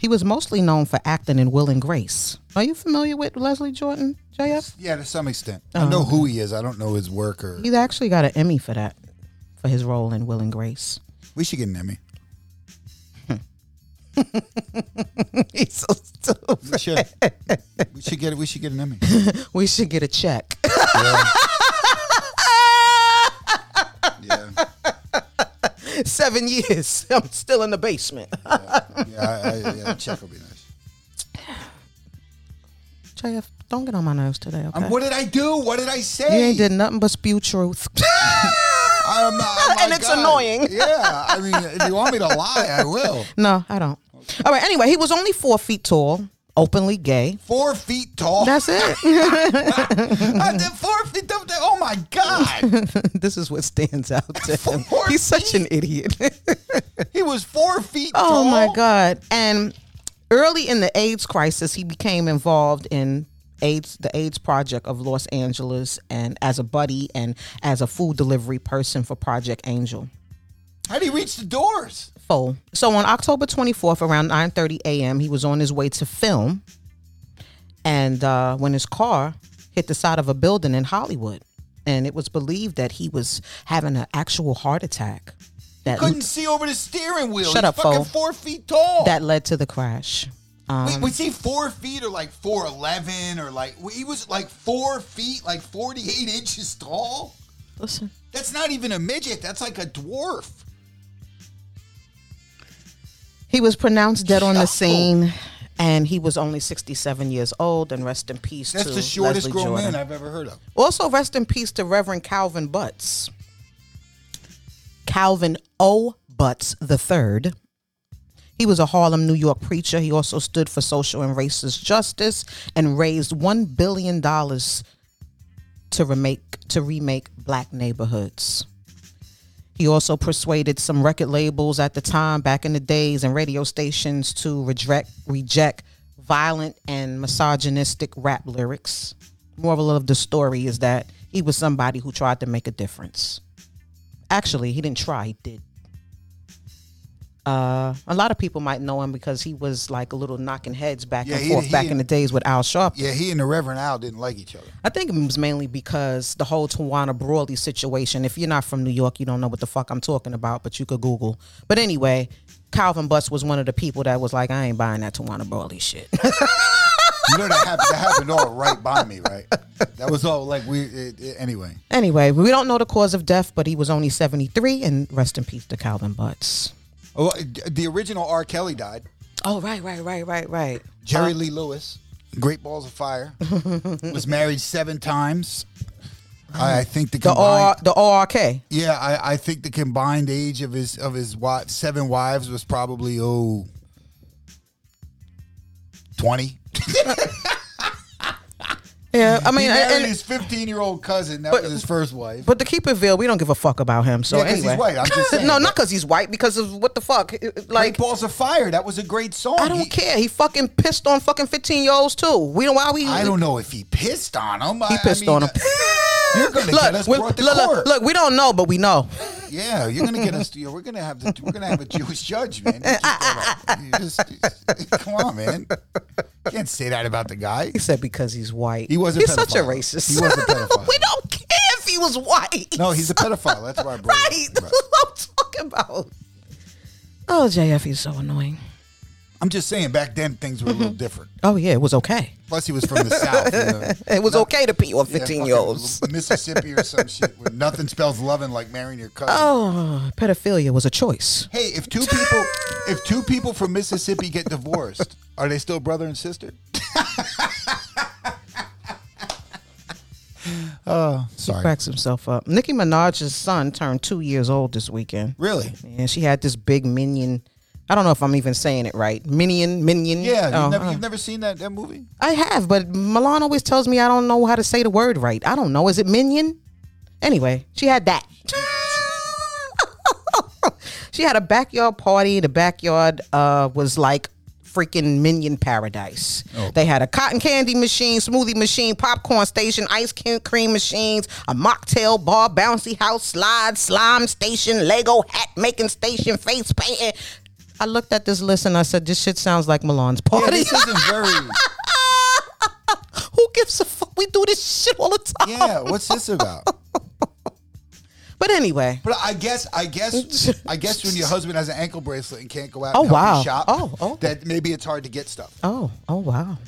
[SPEAKER 4] he was mostly known for acting in Will and Grace. Are you familiar with Leslie Jordan, JF?
[SPEAKER 1] yeah, to some extent. I
[SPEAKER 2] Oh,
[SPEAKER 1] know who he is. I don't know his work or.
[SPEAKER 4] He's actually got an Emmy for that, for his role in Will and Grace.
[SPEAKER 1] We should get an Emmy.
[SPEAKER 4] He's so stupid.
[SPEAKER 1] We should. we should get it. We should get an Emmy.
[SPEAKER 4] We should get a check.
[SPEAKER 1] Yeah. yeah.
[SPEAKER 4] Seven years.
[SPEAKER 2] I'm still in the basement.
[SPEAKER 1] Yeah. I, I, yeah. Check will be nice.
[SPEAKER 4] JF, don't get on my nerves today, okay?
[SPEAKER 2] Uh,
[SPEAKER 1] Um, what did I do? What did I say?
[SPEAKER 4] you ain't did nothing but spew truth.
[SPEAKER 1] I'm, oh my
[SPEAKER 2] And it's
[SPEAKER 1] God.
[SPEAKER 2] annoying.
[SPEAKER 1] Yeah. I mean, if you want me to lie, I will.
[SPEAKER 4] no, I don't.
[SPEAKER 2] All right. Anyway, he was only four feet tall, openly gay.
[SPEAKER 1] Four feet tall.
[SPEAKER 2] That's it.
[SPEAKER 1] I did four feet. tall. Oh my god,
[SPEAKER 2] this is what stands out to him.
[SPEAKER 1] Four
[SPEAKER 2] He's such an idiot.
[SPEAKER 1] he was four feet
[SPEAKER 2] oh
[SPEAKER 1] tall.
[SPEAKER 2] my god! And early in the AIDS crisis, he became involved in AIDS, the AIDS Project of Los Angeles, and as a buddy and as a food delivery person for Project Angel.
[SPEAKER 1] How do he reach the doors?
[SPEAKER 2] full. So on October 24th, around 9:30 a.m., he was on his way to film, and uh, when his car hit the side of a building in Hollywood, and it was believed that he was having an actual heart attack. That
[SPEAKER 1] Couldn't see over the steering wheel.
[SPEAKER 2] Shut
[SPEAKER 1] He's
[SPEAKER 2] up,
[SPEAKER 1] fucking
[SPEAKER 2] fool.
[SPEAKER 1] four feet tall.
[SPEAKER 2] that led to the crash. Um,
[SPEAKER 1] we, we see four feet or like four eleven or like he was like four feet, like forty eight inches tall.
[SPEAKER 2] Listen,
[SPEAKER 1] That's not even a midget. That's like a dwarf.
[SPEAKER 2] he was pronounced dead on
[SPEAKER 1] Yo.
[SPEAKER 2] the scene. And he was only 67 years old, and rest in peace
[SPEAKER 1] That's
[SPEAKER 2] to
[SPEAKER 1] the shortest
[SPEAKER 2] Leslie
[SPEAKER 1] grown
[SPEAKER 2] Jordan.
[SPEAKER 1] man I've ever heard of.
[SPEAKER 2] Also, rest in peace to Reverend Calvin Butts. Calvin O. Butts III. He was a Harlem, New York preacher. He also stood for social and racist justice and raised $1 billion to remake, to remake black neighborhoods. He also persuaded some record labels at the time, back in the days, and radio stations to reject reject violent and misogynistic rap lyrics. Moral of the story is that he was somebody who tried to make a difference. Actually, he didn't try; he did. Uh, a lot of people might know him because he was like a little knocking heads back
[SPEAKER 1] Yeah,
[SPEAKER 2] and
[SPEAKER 1] he-
[SPEAKER 2] forth
[SPEAKER 1] he-
[SPEAKER 2] back in the days with Al Sharpton.
[SPEAKER 1] Yeah, he and the Reverend Al didn't like each other.
[SPEAKER 2] I think it was mainly because the whole Tawana Brawley situation. If you're not from New York, you don't know what the fuck I'm talking about, but you could Google. But anyway, Calvin Butts was one of the people that was like, I ain't buying that Tawana Brawley shit.
[SPEAKER 1] You know that happened, that happened all right by me, right? That was all like we. It, it- anyway,
[SPEAKER 2] anyway, we don't know the cause of death, but he was only 73, and rest in peace to Calvin Butts.
[SPEAKER 1] oh, the original R. Kelly died.
[SPEAKER 2] Oh, right, right, right, right, right.
[SPEAKER 1] Jerry Lee Lewis, Great Balls of Fire, was married seven times. I I think the
[SPEAKER 2] The
[SPEAKER 1] combined,
[SPEAKER 2] R, the ORK.
[SPEAKER 1] yeah, I, I think the combined age of his of his wife, seven wives was probably oh 20.
[SPEAKER 2] Yeah, I
[SPEAKER 1] He
[SPEAKER 2] mean,
[SPEAKER 1] married
[SPEAKER 2] and,
[SPEAKER 1] his 15 year old cousin. That
[SPEAKER 2] But-
[SPEAKER 1] was his first wife.
[SPEAKER 2] but to keep it real, we don't give a fuck about him. So
[SPEAKER 1] Yeah, 'cause he's
[SPEAKER 2] anyway,
[SPEAKER 1] white, I'm just saying.
[SPEAKER 2] no, not because he's white. Because of what the fuck, like
[SPEAKER 1] Great Balls of Fire. That was a great song.
[SPEAKER 2] I don't
[SPEAKER 1] Oh, He-
[SPEAKER 2] care. He fucking pissed on fucking fifteen year olds too. We don't why we.
[SPEAKER 1] I don't know if he pissed on him.
[SPEAKER 2] He pissed on him.
[SPEAKER 1] You're gonna
[SPEAKER 2] look,
[SPEAKER 1] get us
[SPEAKER 2] we-
[SPEAKER 1] brought to
[SPEAKER 2] look, look,
[SPEAKER 1] court.
[SPEAKER 2] look, we don't know, but we know.
[SPEAKER 1] Yeah, you're gonna get us. you know, We're gonna have the, we're gonna have a Jewish judge, man. You just- you just- come on, man. You can't say that about the guy.
[SPEAKER 2] He said because he's white.
[SPEAKER 1] He was a
[SPEAKER 2] He's such a
[SPEAKER 1] pedophile.
[SPEAKER 2] racist.
[SPEAKER 1] He was a pedophile.
[SPEAKER 2] we don't care if he was white.
[SPEAKER 1] No, he's a pedophile. That's why I brought it
[SPEAKER 2] right.
[SPEAKER 1] up.
[SPEAKER 2] That's what I'm talking about. Oh, JF is so annoying.
[SPEAKER 1] I'm just saying, back then things were a little different.
[SPEAKER 2] Oh yeah, it was okay.
[SPEAKER 1] Plus, he was from the south. You know.
[SPEAKER 2] It was
[SPEAKER 1] Not-
[SPEAKER 2] okay to pee on
[SPEAKER 1] yeah,
[SPEAKER 2] fifteen year olds.
[SPEAKER 1] fucking Mississippi or some shit. Where nothing spells loving like marrying your cousin.
[SPEAKER 2] Oh, pedophilia was a choice.
[SPEAKER 1] Hey, if two people if two people from Mississippi get divorced, are they still brother and sister? Oh, sorry.
[SPEAKER 2] Cracks himself up. Nicki Minaj's son turned two years old this weekend.
[SPEAKER 1] Really?
[SPEAKER 2] And she had this big minion. I don't know if I'm even saying it right. Minion, minion.
[SPEAKER 1] Yeah, you've,
[SPEAKER 2] Oh,
[SPEAKER 1] never,
[SPEAKER 2] uh,
[SPEAKER 1] you've never seen that, that movie?
[SPEAKER 2] I have, but Milan always tells me I don't know how to say the word right. I don't know. Is it minion? Anyway, she had that. she had a backyard party. The backyard uh, was like freaking minion paradise.
[SPEAKER 1] Oh.
[SPEAKER 2] They had a cotton candy machine, smoothie machine, popcorn station, ice ca- cream machines, a mocktail bar, bouncy house, slide, slime station, Lego hat making station, face painting. I looked at this list and I said, "This shit sounds like Milan's
[SPEAKER 1] Yeah,
[SPEAKER 2] party."
[SPEAKER 1] this isn't very.
[SPEAKER 2] Who gives a fuck? We do this shit all the time.
[SPEAKER 1] Yeah, what's this about?
[SPEAKER 2] But anyway.
[SPEAKER 1] But I guess, I guess, I guess when your husband has an ankle bracelet and can't go out
[SPEAKER 2] Oh,
[SPEAKER 1] and help you
[SPEAKER 2] wow.
[SPEAKER 1] shop,
[SPEAKER 2] Oh, oh.
[SPEAKER 1] that maybe it's hard to get stuff.
[SPEAKER 2] Oh, oh wow.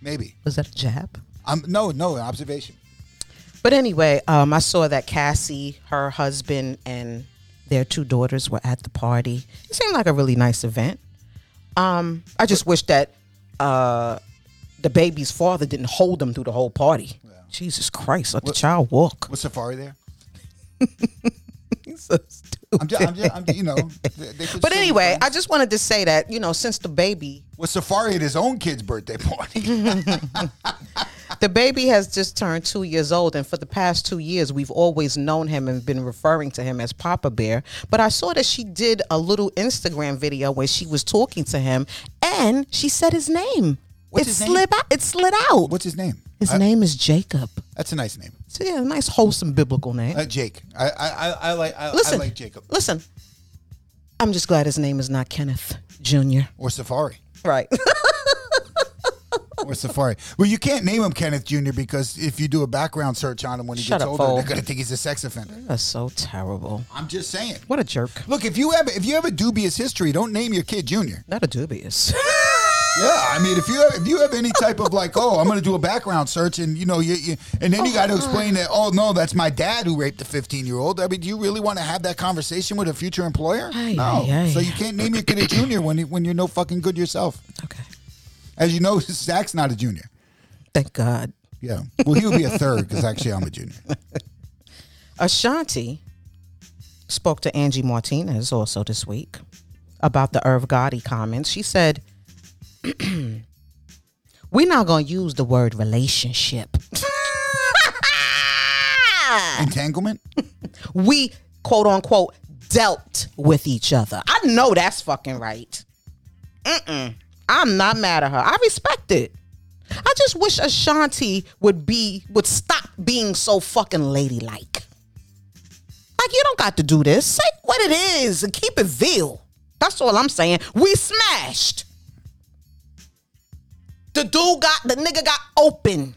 [SPEAKER 1] Maybe.
[SPEAKER 2] Was that a jab?
[SPEAKER 1] I'm no, no observation.
[SPEAKER 2] But anyway, um, I saw that Cassie, her husband, and their two daughters were at the party. It seemed like a really nice event. Um, I just wish that uh, the baby's father didn't hold them through the whole party. Jesus Christ, let the child walk.
[SPEAKER 1] Was Safari there?
[SPEAKER 2] He's so stupid.
[SPEAKER 1] I'm just, I'm just, I'm, you know. They, they could
[SPEAKER 2] But
[SPEAKER 1] still-
[SPEAKER 2] anyway, I just wanted to say that, you know, since the baby,
[SPEAKER 1] well, Safari at his own kid's birthday party.
[SPEAKER 2] the baby has just turned two years old, and for the past two years, we've always known him and been referring to him as Papa Bear. But I saw that she did a little Instagram video where she was talking to him, and she said his name.
[SPEAKER 1] What's
[SPEAKER 2] it
[SPEAKER 1] his name?
[SPEAKER 2] slid out. It slid out.
[SPEAKER 1] What's his name?
[SPEAKER 2] his
[SPEAKER 1] I-
[SPEAKER 2] name is Jacob.
[SPEAKER 1] That's a nice name,
[SPEAKER 2] So yeah, a nice wholesome biblical name.
[SPEAKER 1] uh, Jake. I, I, I, I like, I, I
[SPEAKER 2] listen,
[SPEAKER 1] like Jacob
[SPEAKER 2] Listen, I'm just glad his name is not Kenneth Jr.
[SPEAKER 1] or Safari
[SPEAKER 2] Right.
[SPEAKER 1] or Safari. Well, you can't name him Kenneth Jr. because if you do a background search on him when he
[SPEAKER 2] Shut
[SPEAKER 1] gets
[SPEAKER 2] up,
[SPEAKER 1] older,
[SPEAKER 2] fool.
[SPEAKER 1] they're gonna think he's a sex offender.
[SPEAKER 2] That's so terrible.
[SPEAKER 1] I'm just saying.
[SPEAKER 2] What a jerk.
[SPEAKER 1] Look, if you have if you have a dubious history, don't name your kid Junior.
[SPEAKER 2] Not a dubious.
[SPEAKER 1] Yeah, I mean, if you have, if you have any type of like, oh, I'm going to do a background search, and you know, you, you and then you got to explain that, oh no, that's my dad who raped a 15 year old. I mean, do you really want to have that conversation with a future employer?
[SPEAKER 2] Ay,
[SPEAKER 1] no,
[SPEAKER 2] ay, ay.
[SPEAKER 1] so you can't name your kid a junior when you- when you're no fucking good yourself.
[SPEAKER 2] okay.
[SPEAKER 1] As you know, Zach's not a junior.
[SPEAKER 2] Thank God.
[SPEAKER 1] Yeah, well, he would be a third because actually I'm a junior.
[SPEAKER 2] Ashanti spoke to Angie Martinez also this week about the Irv Gotti comments. She said, We're not going to use the word relationship.
[SPEAKER 1] Entanglement.
[SPEAKER 2] we quote unquote dealt with each other. I know that's fucking right. Mm-mm. I'm not mad at her. I respect it. I just wish Ashanti would be would stop being so fucking ladylike. Like you don't got to do this. Say what it is and keep it real. That's all I'm saying. We smashed. The dude got the nigga got open.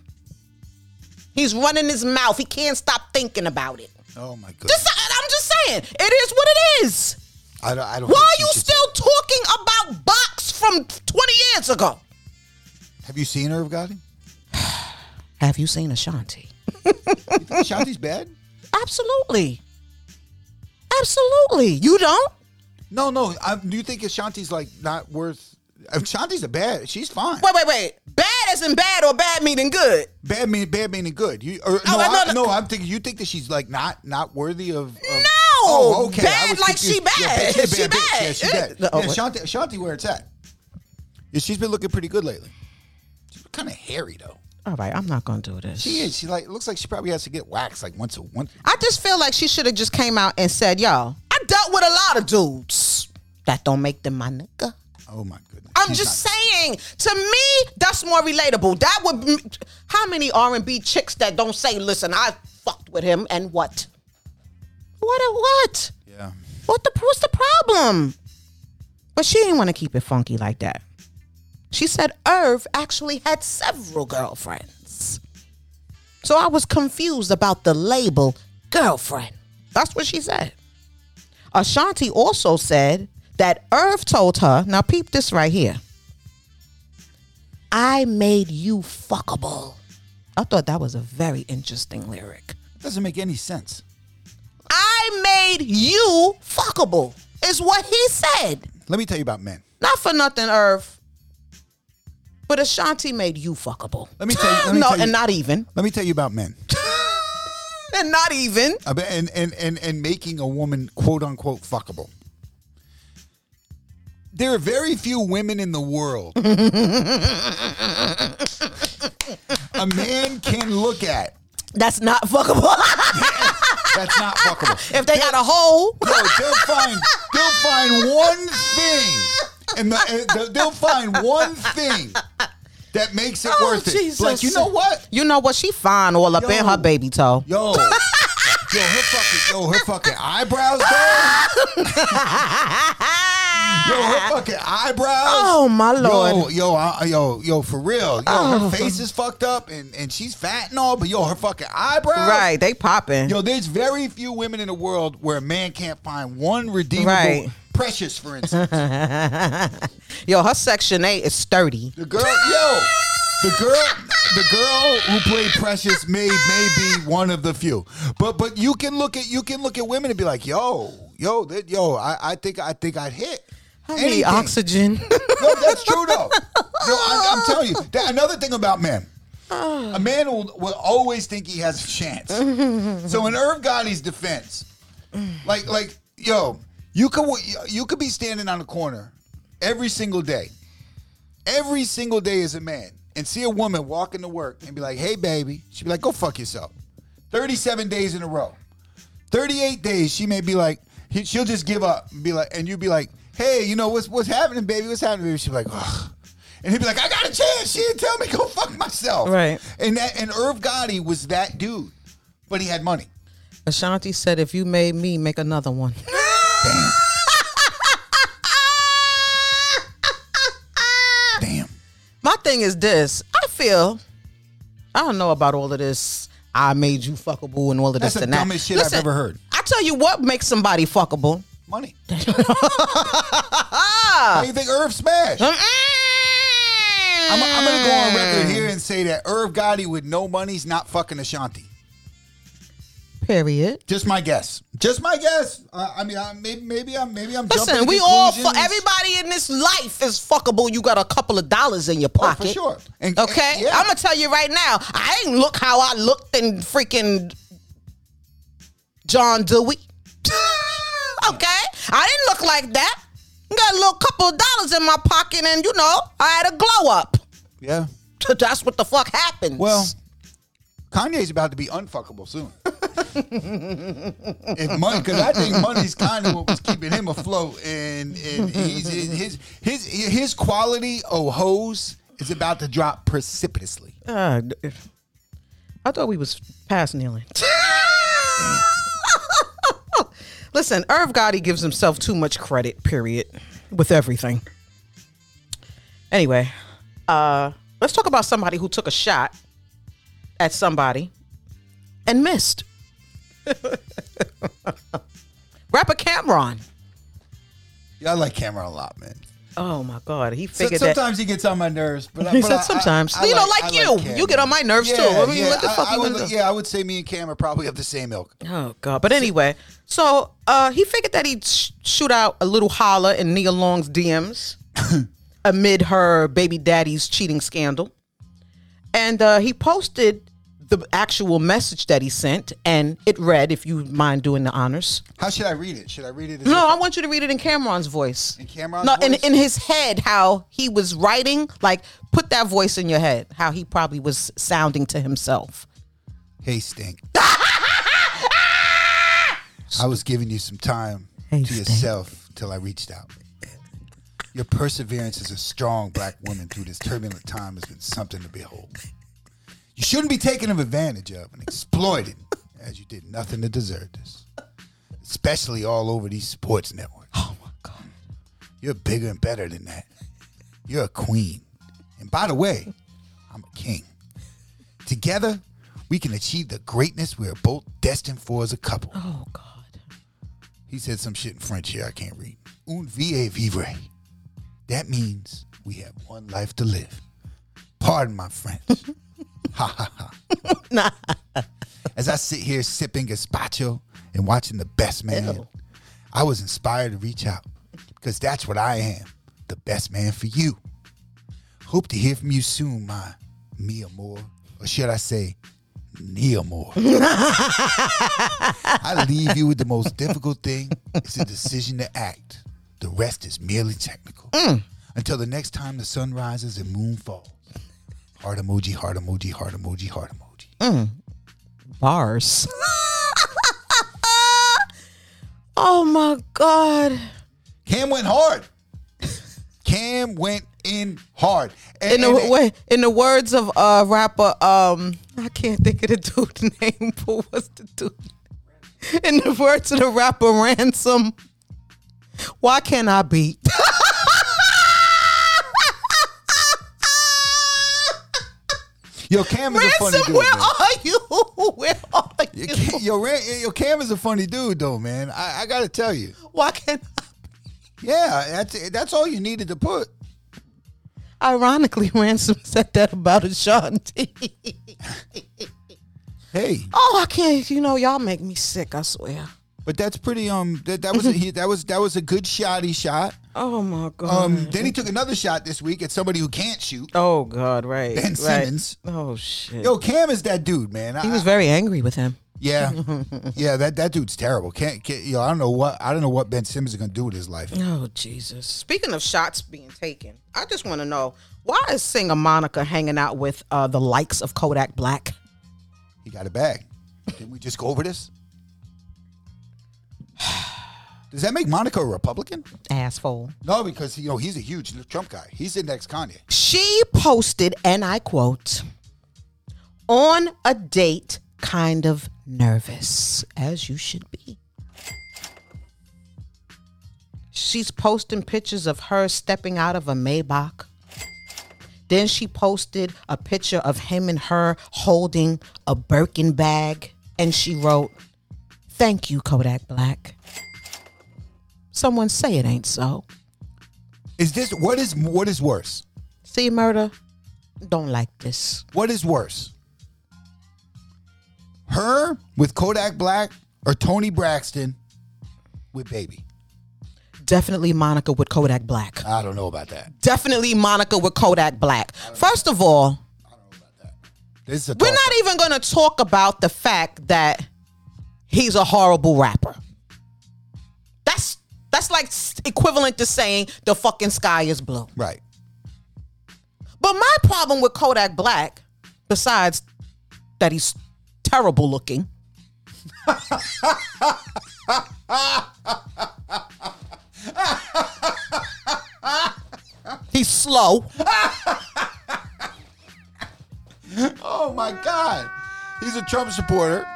[SPEAKER 2] He's running his mouth. He can't stop thinking about it.
[SPEAKER 1] Oh my
[SPEAKER 2] This,
[SPEAKER 1] goodness.
[SPEAKER 2] I'm just saying, it is what it is.
[SPEAKER 1] I don't. I don't
[SPEAKER 2] Why
[SPEAKER 1] think
[SPEAKER 2] are
[SPEAKER 1] she
[SPEAKER 2] you
[SPEAKER 1] should-
[SPEAKER 2] still talking about Box from 20 years ago?
[SPEAKER 1] Have you seen Irv Gotti?
[SPEAKER 2] Have you seen Ashanti?
[SPEAKER 1] You think Shanti's bad?
[SPEAKER 2] Absolutely. Absolutely. You don't?
[SPEAKER 1] No, no. I, do you think Ashanti's like not worth? Ashanti's a bad. She's fine.
[SPEAKER 2] Wait, wait, wait. Bad isn't bad or bad meaning good.
[SPEAKER 1] Bad mean bad meaning good. You or, no,
[SPEAKER 2] I- no,
[SPEAKER 1] I,
[SPEAKER 2] no.
[SPEAKER 1] no, I'm thinking you think that she's like not not worthy of. Oh, of no,
[SPEAKER 2] Bad like she bad.
[SPEAKER 1] Yeah, she's
[SPEAKER 2] She
[SPEAKER 1] a bad. bitch. Yeah,
[SPEAKER 2] bad.
[SPEAKER 1] she bad.
[SPEAKER 2] Oh,
[SPEAKER 1] yeah,
[SPEAKER 2] wait.
[SPEAKER 1] Shanti, Shanti, where it's at? Yeah, she's been looking pretty good lately. She's kind of hairy though.
[SPEAKER 2] All right, I'm not going to do this.
[SPEAKER 1] She is. She like looks like she probably has to get waxed like once a once.
[SPEAKER 2] I just feel like she should have just came out and said, "Yo, I dealt with a lot of dudes. That don't make them my nigga."
[SPEAKER 1] Oh my goodness.
[SPEAKER 2] I'm
[SPEAKER 1] She's
[SPEAKER 2] just
[SPEAKER 1] not-
[SPEAKER 2] saying. To me, that's more relatable. That would. m- How many R and B chicks that don't say, "Listen, I fucked with him," and what? What? A, what?
[SPEAKER 1] Yeah.
[SPEAKER 2] What the? What's the problem? But she didn't want to keep it funky like that. She said Irv actually had several girlfriends. So I was confused about the label girlfriend. That's what she said. Ashanti also said that Irv told her, now peep this right here. I made you fuckable. I thought that was a very interesting lyric.
[SPEAKER 1] It doesn't make any sense.
[SPEAKER 2] I made you fuckable, is what he said.
[SPEAKER 1] Let me tell you about men.
[SPEAKER 2] Not for nothing, Irv. But Ashanti made you fuckable.
[SPEAKER 1] Let me tell you- let me
[SPEAKER 2] no,
[SPEAKER 1] tell you-
[SPEAKER 2] and not even.
[SPEAKER 1] Let me tell you about men.
[SPEAKER 2] and not even.
[SPEAKER 1] I bet- and and and and making a woman quote unquote fuckable. There are very few women in the world a man can look at
[SPEAKER 2] That's not fuckable.
[SPEAKER 1] that's not fuckable.
[SPEAKER 2] if they got a hole.
[SPEAKER 1] No, they'll find they'll find one thing, and, the, and they'll- they'll find one thing that makes it worth it. Like you know what?
[SPEAKER 2] You know what? She fine all up in
[SPEAKER 1] Yo.
[SPEAKER 2] her baby toe.
[SPEAKER 1] Yo, yo, her fucking, yo, her fucking eyebrows, though. yo, her fucking eyebrows.
[SPEAKER 2] Oh, my Lord. Oh.
[SPEAKER 1] Yo, yo, I, yo, yo, for real. Yo, her face is fucked up, and and she's fat and all, but yo, her fucking eyebrows.
[SPEAKER 2] Right, they popping.
[SPEAKER 1] Yo, there's very few women in the world where a man can't find one redeemable.
[SPEAKER 2] Right.
[SPEAKER 1] Precious, for instance,
[SPEAKER 2] Yo, her section eight is sturdy.
[SPEAKER 1] the girl, yo, the girl, the girl who played Precious may may be one of the few. But but you can look at you can look at women and be like, yo, yo, that, yo, I, I think I think I'd hit.
[SPEAKER 2] I need
[SPEAKER 1] Anything.
[SPEAKER 2] oxygen.
[SPEAKER 1] No, that's true though. No, I, I'm telling you. That, another thing about men, a man will, will always think he has a chance. so in Irv Gotti's defense, like like yo, you could you could be standing on a corner every single day, every single day as a man, and see a woman walking to work and be like, "Hey, baby," she'd be like, "Go fuck yourself." Thirty-seven days in a row, thirty-eight days, she may be like, he- she'll just give up and be like, and you'd be like, "Hey, you know what's what's happening, baby? What's happening, baby?" She'd be like, "Ugh." And he'd be like, I got a chance. She didn't tell me go fuck myself.
[SPEAKER 2] Right.
[SPEAKER 1] And that and Irv Gotti was that dude, but he had money.
[SPEAKER 2] Ashanti said, "If you made me, make another one."
[SPEAKER 1] Damn.
[SPEAKER 2] My thing is this: I feel I don't know about all of this. I made you fuckable and all of
[SPEAKER 1] That's
[SPEAKER 2] this
[SPEAKER 1] the
[SPEAKER 2] and that.
[SPEAKER 1] dumbest shit I've ever heard.
[SPEAKER 2] I tell you what makes somebody fuckable.
[SPEAKER 1] Money. How you think Irv smashed? I'm, I'm gonna go on record here and say that Irv Gotti with no money's not fucking Ashanti.
[SPEAKER 2] Period.
[SPEAKER 1] Just my guess. Just my guess. Uh, I mean, I, maybe, maybe I'm, maybe I'm. jumping
[SPEAKER 2] Listen,
[SPEAKER 1] to
[SPEAKER 2] we all fu-
[SPEAKER 1] conclusions.
[SPEAKER 2] everybody in this life is fuckable. You got a couple of dollars in your
[SPEAKER 1] Oh,
[SPEAKER 2] pocket.
[SPEAKER 1] for sure. And-
[SPEAKER 2] Okay,
[SPEAKER 1] and- yeah.
[SPEAKER 2] I'm gonna tell you right now. I ain't look how I looked in freaking John Dewey. okay, I didn't look like that. Got a little couple of dollars in my pocket, and you know I had a glow up.
[SPEAKER 1] yeah.
[SPEAKER 2] That's what the fuck happens.
[SPEAKER 1] Well, Kanye's about to be unfuckable soon. if money, because I think money's kind of what was keeping him afloat, and and he's, his his his quality of hose is about to drop precipitously.
[SPEAKER 2] Uh, I thought we was past kneeling. Listen, Irv Gotti gives himself too much credit, period, with everything. Anyway, uh, let's talk about somebody who took a shot at somebody and missed. Rapper Cameron.
[SPEAKER 1] Yeah, I like Cameron a lot, man.
[SPEAKER 2] Oh my God, he
[SPEAKER 1] So-
[SPEAKER 2] figured that.
[SPEAKER 1] sometimes he gets on my nerves, but, I-
[SPEAKER 2] He
[SPEAKER 1] but
[SPEAKER 2] said
[SPEAKER 1] I-
[SPEAKER 2] sometimes.
[SPEAKER 1] I- I
[SPEAKER 2] You know, like
[SPEAKER 1] I
[SPEAKER 2] you.
[SPEAKER 1] Cam.
[SPEAKER 2] You get on my nerves, too. I mean, what the fuck you
[SPEAKER 1] would,
[SPEAKER 2] gonna do?
[SPEAKER 1] yeah, I would say me and Cam are probably of the same ilk.
[SPEAKER 2] Oh God! But anyway, so uh, he figured that he'd sh- shoot out a little holler in Nia Long's DMs amid her baby daddy's cheating scandal, and uh, he posted the actual message that he sent, and it read, "If you mind doing the honors."
[SPEAKER 1] How should I read it? Should I read it? As
[SPEAKER 2] No, I want you to read it in Cameron's voice.
[SPEAKER 1] In Cameron's
[SPEAKER 2] no,
[SPEAKER 1] voice?
[SPEAKER 2] in in his head, how he was writing. Like, put that voice in your head. How he probably was sounding to himself.
[SPEAKER 1] Hey, Stink. I was giving you some time
[SPEAKER 2] Hey,
[SPEAKER 1] to
[SPEAKER 2] Stink.
[SPEAKER 1] yourself till I reached out. Your perseverance as a strong black woman through this turbulent time has been something to behold. You shouldn't be taken advantage of and exploited as you did nothing to deserve this, especially all over these sports networks. Oh my God. You're bigger and better than that. You're a queen. And by the way, I'm a king. Together, we can achieve the greatness we are both destined for as a couple.
[SPEAKER 2] Oh God!
[SPEAKER 1] He said some shit in French here I can't read. Un vie à vivre. That means we have one life to live. Pardon my French. ha ha ha. As I sit here sipping gazpacho and watching the best man,
[SPEAKER 2] Ew.
[SPEAKER 1] I was inspired to reach out because that's what I am the best man for you. Hope to hear from you soon, my Mia Moore, or should I say, Nia Moore. I leave you with the most difficult thing is the decision to act. The rest is merely technical.
[SPEAKER 2] Mm.
[SPEAKER 1] Until the next time the sun rises and moon falls. Heart emoji, heart emoji, heart emoji, heart emoji.
[SPEAKER 2] Mm. bars. oh my god!
[SPEAKER 1] Cam went hard. Cam went in hard. And,
[SPEAKER 2] In the
[SPEAKER 1] and-
[SPEAKER 2] way, in the words of uh rapper, um, I can't think of the dude name, but what's the dude? In the words of the rapper Ransom, why can't I beat?
[SPEAKER 1] Yo, Cam is a funny
[SPEAKER 2] Ransom,
[SPEAKER 1] dude.
[SPEAKER 2] where
[SPEAKER 1] man.
[SPEAKER 2] are you? Where are
[SPEAKER 1] Yo,
[SPEAKER 2] you?
[SPEAKER 1] Cam, yo, Ran- yo, Cam is a funny dude though, man. I, I gotta tell you.
[SPEAKER 2] Why can't?
[SPEAKER 1] Yeah, that's that's all you needed to put.
[SPEAKER 2] I? Ironically, Ransom said that about Ashanti.
[SPEAKER 1] Hey.
[SPEAKER 2] oh, I can't. You know, y'all make me sick. I swear. Mm-hmm.
[SPEAKER 1] But that's pretty. Um, that, that was a, he, that was that was a good shot he shot.
[SPEAKER 5] Oh my god.
[SPEAKER 1] Um, then he took another shot this week at somebody who can't shoot.
[SPEAKER 5] oh god. Right.
[SPEAKER 1] Ben
[SPEAKER 5] right.
[SPEAKER 1] Simmons.
[SPEAKER 5] Oh shit.
[SPEAKER 1] Yo, Cam is that dude, man. I,
[SPEAKER 5] he was very angry with him.
[SPEAKER 1] yeah, yeah. That that dude's terrible. Can't, can't yo. I don't know what I don't know what Ben Simmons is gonna do with his life.
[SPEAKER 5] Oh Jesus.
[SPEAKER 2] Speaking of shots being taken, I just want to know why is singer Monica hanging out with uh, the likes of Kodak Black?
[SPEAKER 1] He got it back. Didn't we just go over this? Does that make Monica a Republican?
[SPEAKER 2] Asshole.
[SPEAKER 1] No, because you know he's a huge Trump guy. He's index Kanye.
[SPEAKER 2] She posted, and I quote, on a date, kind of nervous, as you should be. She's posting pictures of her stepping out of a Maybach. Then she posted a picture of him and her holding a Birkin bag, and she wrote, Thank you, Kodak Black. Someone say it ain't so.
[SPEAKER 1] Is this what is what is worse?
[SPEAKER 2] See, murder, don't like this.
[SPEAKER 1] What is worse? Her with Kodak Black or Tony Braxton with Baby?
[SPEAKER 2] Definitely Monica with Kodak Black.
[SPEAKER 1] I don't know about that.
[SPEAKER 2] Definitely Monica with Kodak Black. First of all,
[SPEAKER 1] This is a
[SPEAKER 2] we're
[SPEAKER 1] toss-up.
[SPEAKER 2] not even going to talk about the fact that he's a horrible rapper. That's that's like s- equivalent to saying the fucking sky is blue.
[SPEAKER 1] right.
[SPEAKER 2] But my problem with Kodak Black, besides that he's terrible looking, he's slow.
[SPEAKER 1] Oh my God, he's a Trump supporter.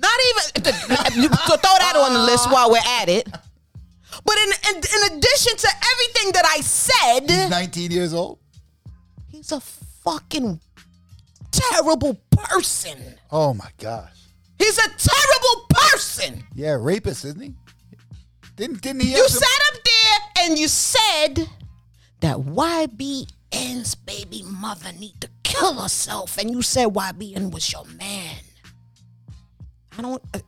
[SPEAKER 2] Not even to, throw that on the list while we're at it. But in, in in addition to everything that I
[SPEAKER 1] He's
[SPEAKER 2] said,
[SPEAKER 1] 19 years old.
[SPEAKER 2] he's a fucking terrible person.
[SPEAKER 1] Oh my gosh.
[SPEAKER 2] He's a terrible person.
[SPEAKER 1] Yeah, rapist, isn't he? Didn't didn't he? have
[SPEAKER 2] You
[SPEAKER 1] some-
[SPEAKER 2] sat up there and you said that YBN's baby mother need to kill herself, and you said YBN was your man. I don't. Uh,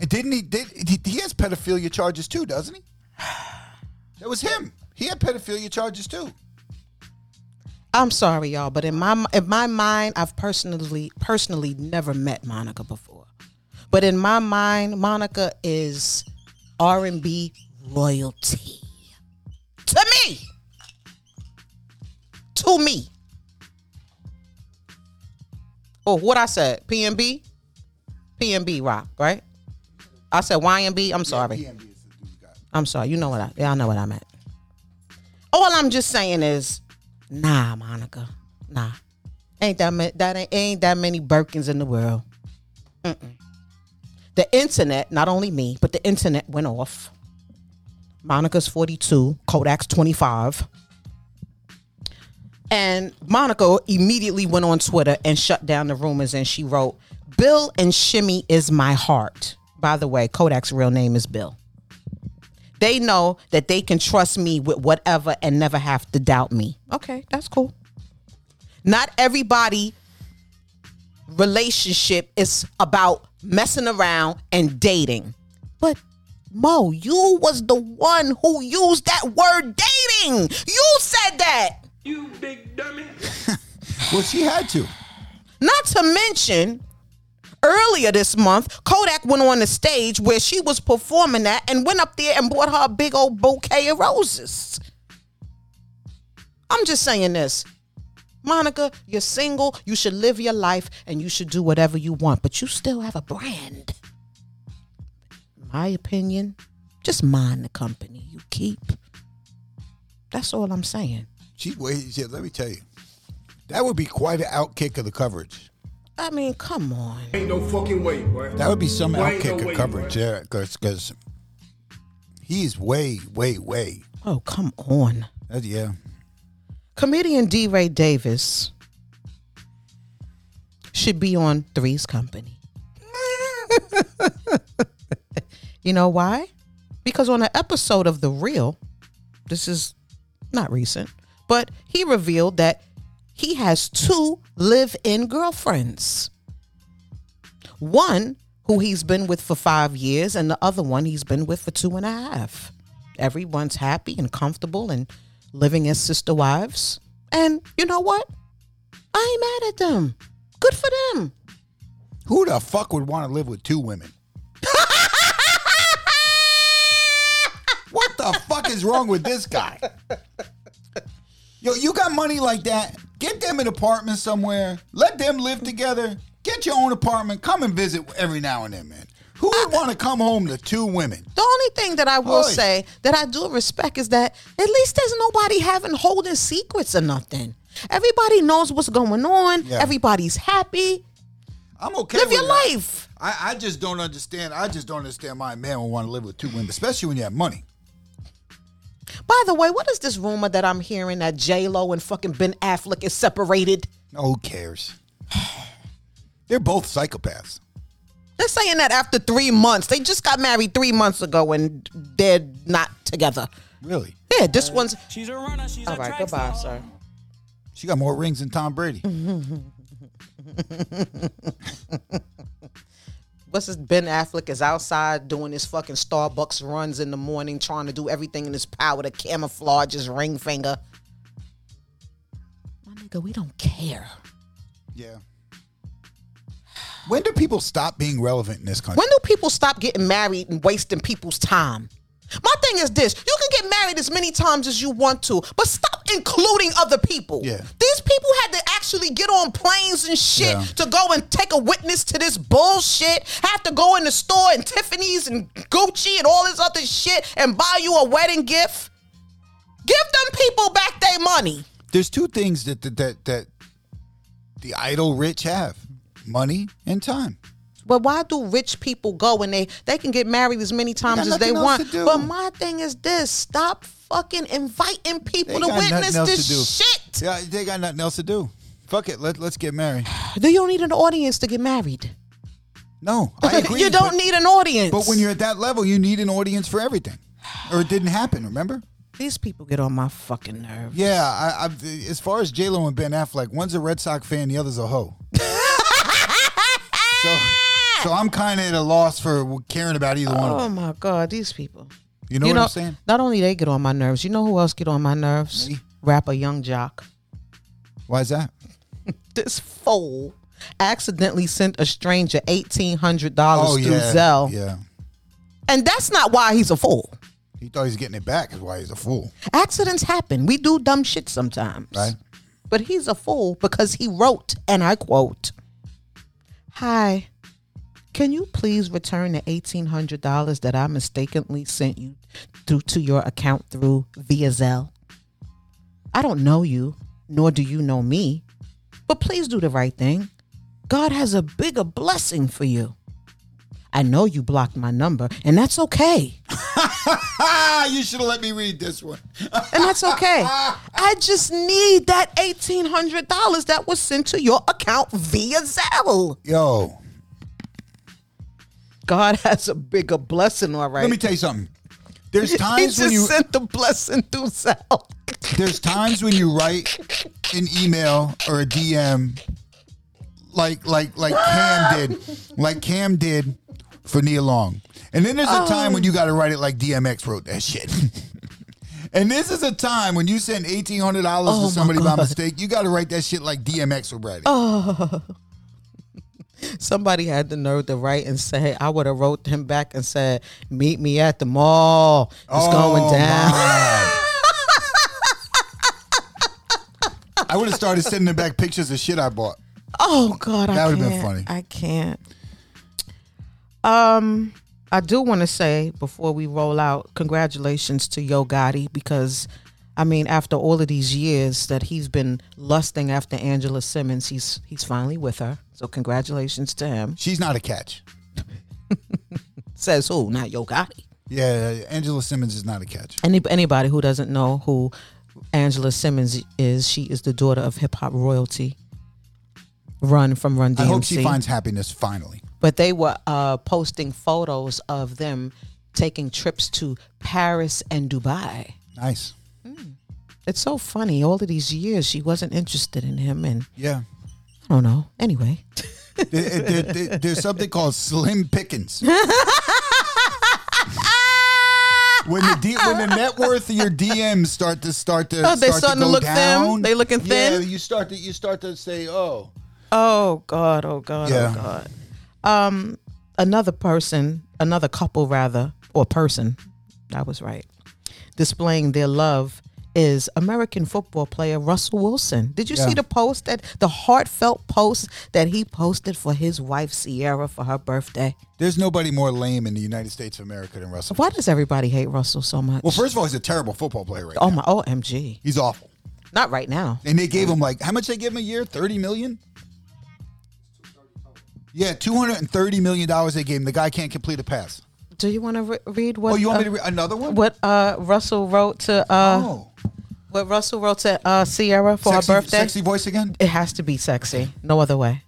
[SPEAKER 1] And Didn't he? Did he- he has pedophilia charges too? Doesn't he? That was him. He had pedophilia charges too.
[SPEAKER 2] I'm sorry, y'all, but in my in my mind, I've personally personally never met Monica before, but in my mind, Monica is R&B royalty to me. To me. Oh, what I said? PNB, PNB rock, right? I said YNB. I'm sorry. I'm sorry. You know what I? Yeah, I know what I meant. All I'm just saying is, nah, Monica, nah. Ain't that ma- that ain't, ain't that many Birkins in the world? Mm-mm. The internet, not only me, but the internet went off. Monica's 42, Kodak's 25. And Monica immediately went on Twitter and shut down the rumors and she wrote, Bill and Shimmy is my heart. By the way, Kodak's real name is Bill they know that they can trust me with whatever and never have to doubt me. Okay, that's cool. Not everybody relationship is about messing around and dating. But Mo, you was the one who used that word dating. You said that.
[SPEAKER 6] You big dummy.
[SPEAKER 1] Well, she had to.
[SPEAKER 2] Not to mention, earlier this month, Kodak went on the stage where she was performing at and went up there and bought her a big old bouquet of roses. I'm just saying this. Monica, you're single, you should live your life and you should do whatever you want, but you still have a brand. My opinion, just mind the company you keep. That's all I'm saying.
[SPEAKER 1] She waited. yeah, Let me tell you, that would be quite an outkick of the coverage.
[SPEAKER 2] I mean, come on.
[SPEAKER 6] Ain't no fucking way, boy.
[SPEAKER 1] That would be some
[SPEAKER 6] Wait,
[SPEAKER 1] outkick
[SPEAKER 6] no,
[SPEAKER 1] of
[SPEAKER 6] wait,
[SPEAKER 1] coverage,
[SPEAKER 6] wait.
[SPEAKER 1] yeah, because he's way, way, way.
[SPEAKER 2] Oh, come on.
[SPEAKER 1] That- yeah,
[SPEAKER 2] comedian D. Ray Davis should be on Three's Company. you know why? Because on an episode of The Real, this is not recent, but he revealed that he has two live in girlfriends. One who he's been with for five years, and the other one he's been with for two and a half. everyone's happy and comfortable and living as sister wives. And you know what? I ain't mad at them. Good for them.
[SPEAKER 1] Who the fuck would want to live with two women? what the fuck is wrong with this guy? Yo, you got money like that? Get them an apartment somewhere. Let them live together. Get your own apartment. Come and visit every now and then, man. Who would want to come home to two women?
[SPEAKER 2] The only thing that I will
[SPEAKER 1] Oy.
[SPEAKER 2] say that I do respect is that at least there's nobody having holding secrets or nothing. Everybody knows what's going on.
[SPEAKER 1] Yeah.
[SPEAKER 2] Everybody's happy.
[SPEAKER 1] I'm okay.
[SPEAKER 2] Live
[SPEAKER 1] with
[SPEAKER 2] your
[SPEAKER 1] that.
[SPEAKER 2] life.
[SPEAKER 1] I, I just don't understand. I just don't understand why a man would want to live with two women, especially when you have money.
[SPEAKER 2] By the way, what is this rumor that I'm hearing that J Lo and fucking Ben Affleck is separated?
[SPEAKER 1] No, who cares? They're both psychopaths.
[SPEAKER 2] They're saying that after three months. They just got married three months ago and they're not together.
[SPEAKER 1] Really?
[SPEAKER 2] Yeah, this one's
[SPEAKER 7] She's a runner, she's
[SPEAKER 2] all
[SPEAKER 7] a
[SPEAKER 2] right.
[SPEAKER 7] track
[SPEAKER 2] Goodbye,
[SPEAKER 7] star.
[SPEAKER 2] sir.
[SPEAKER 1] She got more rings than Tom Brady.
[SPEAKER 2] Mm-hmm. What's this? Ben Affleck is outside doing his fucking Starbucks runs in the morning, trying to do everything in his power to camouflage his ring finger. My nigga, we don't care.
[SPEAKER 1] Yeah. When do people stop being relevant in this country?
[SPEAKER 2] When do people stop getting married and wasting people's time? My thing is this you can get married as many times as you want to, but stop including other people.
[SPEAKER 1] Yeah.
[SPEAKER 2] These people had to actually get on planes and shit
[SPEAKER 1] Yeah.
[SPEAKER 2] to go and take a witness to this bullshit, have to go in the store and Tiffany's and Gucci and all this other shit and buy you a wedding gift. Give them people back their money.
[SPEAKER 1] There's two things that that that, that the idle rich have: money and time.
[SPEAKER 2] But why do rich people go and they they can get married as many times as they
[SPEAKER 1] nothing else
[SPEAKER 2] want?
[SPEAKER 1] to do.
[SPEAKER 2] But my thing is this: stop fucking inviting people to witness this shit.
[SPEAKER 1] Yeah, they got nothing else to do. Fuck it. Let Let's get married.
[SPEAKER 2] Do you need an audience to get married?
[SPEAKER 1] No, I agree.
[SPEAKER 2] you don't
[SPEAKER 1] but-
[SPEAKER 2] need an audience.
[SPEAKER 1] But when you're at that level, you need an audience for everything, or it didn't happen. Remember?
[SPEAKER 2] these people get on my fucking nerve.
[SPEAKER 1] Yeah. I, I, as far as J Lo and Ben Affleck, one's a Red Sox fan, the other's a hoe. so, so I'm kind of at a loss for caring about either one. Of
[SPEAKER 2] Oh
[SPEAKER 1] them.
[SPEAKER 2] my god, these people.
[SPEAKER 1] You know what I'm saying?
[SPEAKER 2] Not only they get on my nerves. You know who else get on my nerves?
[SPEAKER 1] Me.
[SPEAKER 2] Rapper Young Jock.
[SPEAKER 1] Why is that?
[SPEAKER 2] This fool accidentally sent a stranger eighteen hundred dollars through
[SPEAKER 1] Oh, yeah,
[SPEAKER 2] Zelle,
[SPEAKER 1] yeah.
[SPEAKER 2] and that's not why he's a fool.
[SPEAKER 1] He thought he's getting it back. Is why he's a fool,
[SPEAKER 2] Accidents happen. We do dumb shit sometimes.
[SPEAKER 1] right?
[SPEAKER 2] But he's a fool because he wrote, and I quote, Hi, can you please return the $1,800 that I mistakenly sent you through to your account through via Zelle? I don't know you, nor do you know me, but please do the right thing. God has a bigger blessing for you. I know you blocked my number, and that's okay.
[SPEAKER 1] Ah, you should have let me read this one.
[SPEAKER 2] and that's okay. I just need that eighteen hundred dollars that was sent to your account via Zelle.
[SPEAKER 1] Yo,
[SPEAKER 2] God has a bigger blessing, all right.
[SPEAKER 1] let me tell you something. There's
[SPEAKER 2] he
[SPEAKER 1] times
[SPEAKER 2] just
[SPEAKER 1] when you
[SPEAKER 2] sent the blessing through Zelle.
[SPEAKER 1] there's times when you write an email or a DM like like like Cam did, like Cam did for Nia Long. And then there's
[SPEAKER 2] Oh.
[SPEAKER 1] a time when you got to write it like DMX wrote that shit. and this is a time when you send eighteen hundred dollars
[SPEAKER 2] Oh
[SPEAKER 1] to somebody by mistake. You got to write that shit like DMX would write it.
[SPEAKER 2] Oh, Somebody had the nerve to write and say, "I would have wrote him back and said, meet me at the mall. It's
[SPEAKER 1] Oh,
[SPEAKER 2] going down.'"
[SPEAKER 1] my. I would have started sending them back pictures of shit I bought.
[SPEAKER 2] Oh God, I
[SPEAKER 1] That would've
[SPEAKER 2] can't.
[SPEAKER 1] been funny.
[SPEAKER 2] I can't. Um, I do want to say before we roll out, congratulations to Yo Gotti because, I mean, after all of these years that he's been lusting after Angela Simmons, he's he's finally with her. So congratulations to him.
[SPEAKER 1] She's not a catch.
[SPEAKER 2] Says who? Not Yo Gotti.
[SPEAKER 1] Yeah, Angela Simmons is not a catch.
[SPEAKER 2] Any anybody who doesn't know who Angela Simmons is, she is the daughter of hip hop royalty. Run from Run DMC.
[SPEAKER 1] I hope she finds happiness finally.
[SPEAKER 2] but they were uh, posting photos of them taking trips to Paris and Dubai.
[SPEAKER 1] Nice.
[SPEAKER 2] It's so funny. All of these years, she wasn't interested in him, and
[SPEAKER 1] Yeah.
[SPEAKER 2] I don't know. Anyway,
[SPEAKER 1] There- there- there- there's something called slim pickings. when the D, when the net worth of your DMs start to start to
[SPEAKER 2] Oh, they
[SPEAKER 1] start
[SPEAKER 2] starting to
[SPEAKER 1] go
[SPEAKER 2] look thin?
[SPEAKER 1] down,
[SPEAKER 2] They looking
[SPEAKER 1] Yeah,
[SPEAKER 2] thin?
[SPEAKER 1] you start to you start to say, oh,
[SPEAKER 2] Oh God, oh God,
[SPEAKER 1] Yeah.
[SPEAKER 2] oh God. Um, another person, another couple rather, or person, I was right, displaying their love is American football player Russell Wilson. Did you see
[SPEAKER 1] Yeah.
[SPEAKER 2] the post that the heartfelt post that he posted for his wife Sierra for her birthday?
[SPEAKER 1] there's nobody more lame in the United States of America than Russell.
[SPEAKER 2] Why does everybody hate Russell so much?
[SPEAKER 1] Well, first of all, he's a terrible football player right
[SPEAKER 2] oh
[SPEAKER 1] now.
[SPEAKER 2] my, OMG,
[SPEAKER 1] He's awful.
[SPEAKER 2] not right now.
[SPEAKER 1] And they gave him like how much they give him a year? Thirty million. Yeah, two hundred and thirty million dollars they gave him. The guy can't complete a pass.
[SPEAKER 2] Do you want to re- read what?
[SPEAKER 1] Oh, you want
[SPEAKER 2] uh,
[SPEAKER 1] me to read another one?
[SPEAKER 2] What uh, Russell wrote to uh,
[SPEAKER 1] Oh,
[SPEAKER 2] what Russell wrote to uh, Sierra for
[SPEAKER 1] sexy,
[SPEAKER 2] her birthday?
[SPEAKER 1] sexy voice again.
[SPEAKER 2] It has to be sexy. No other way.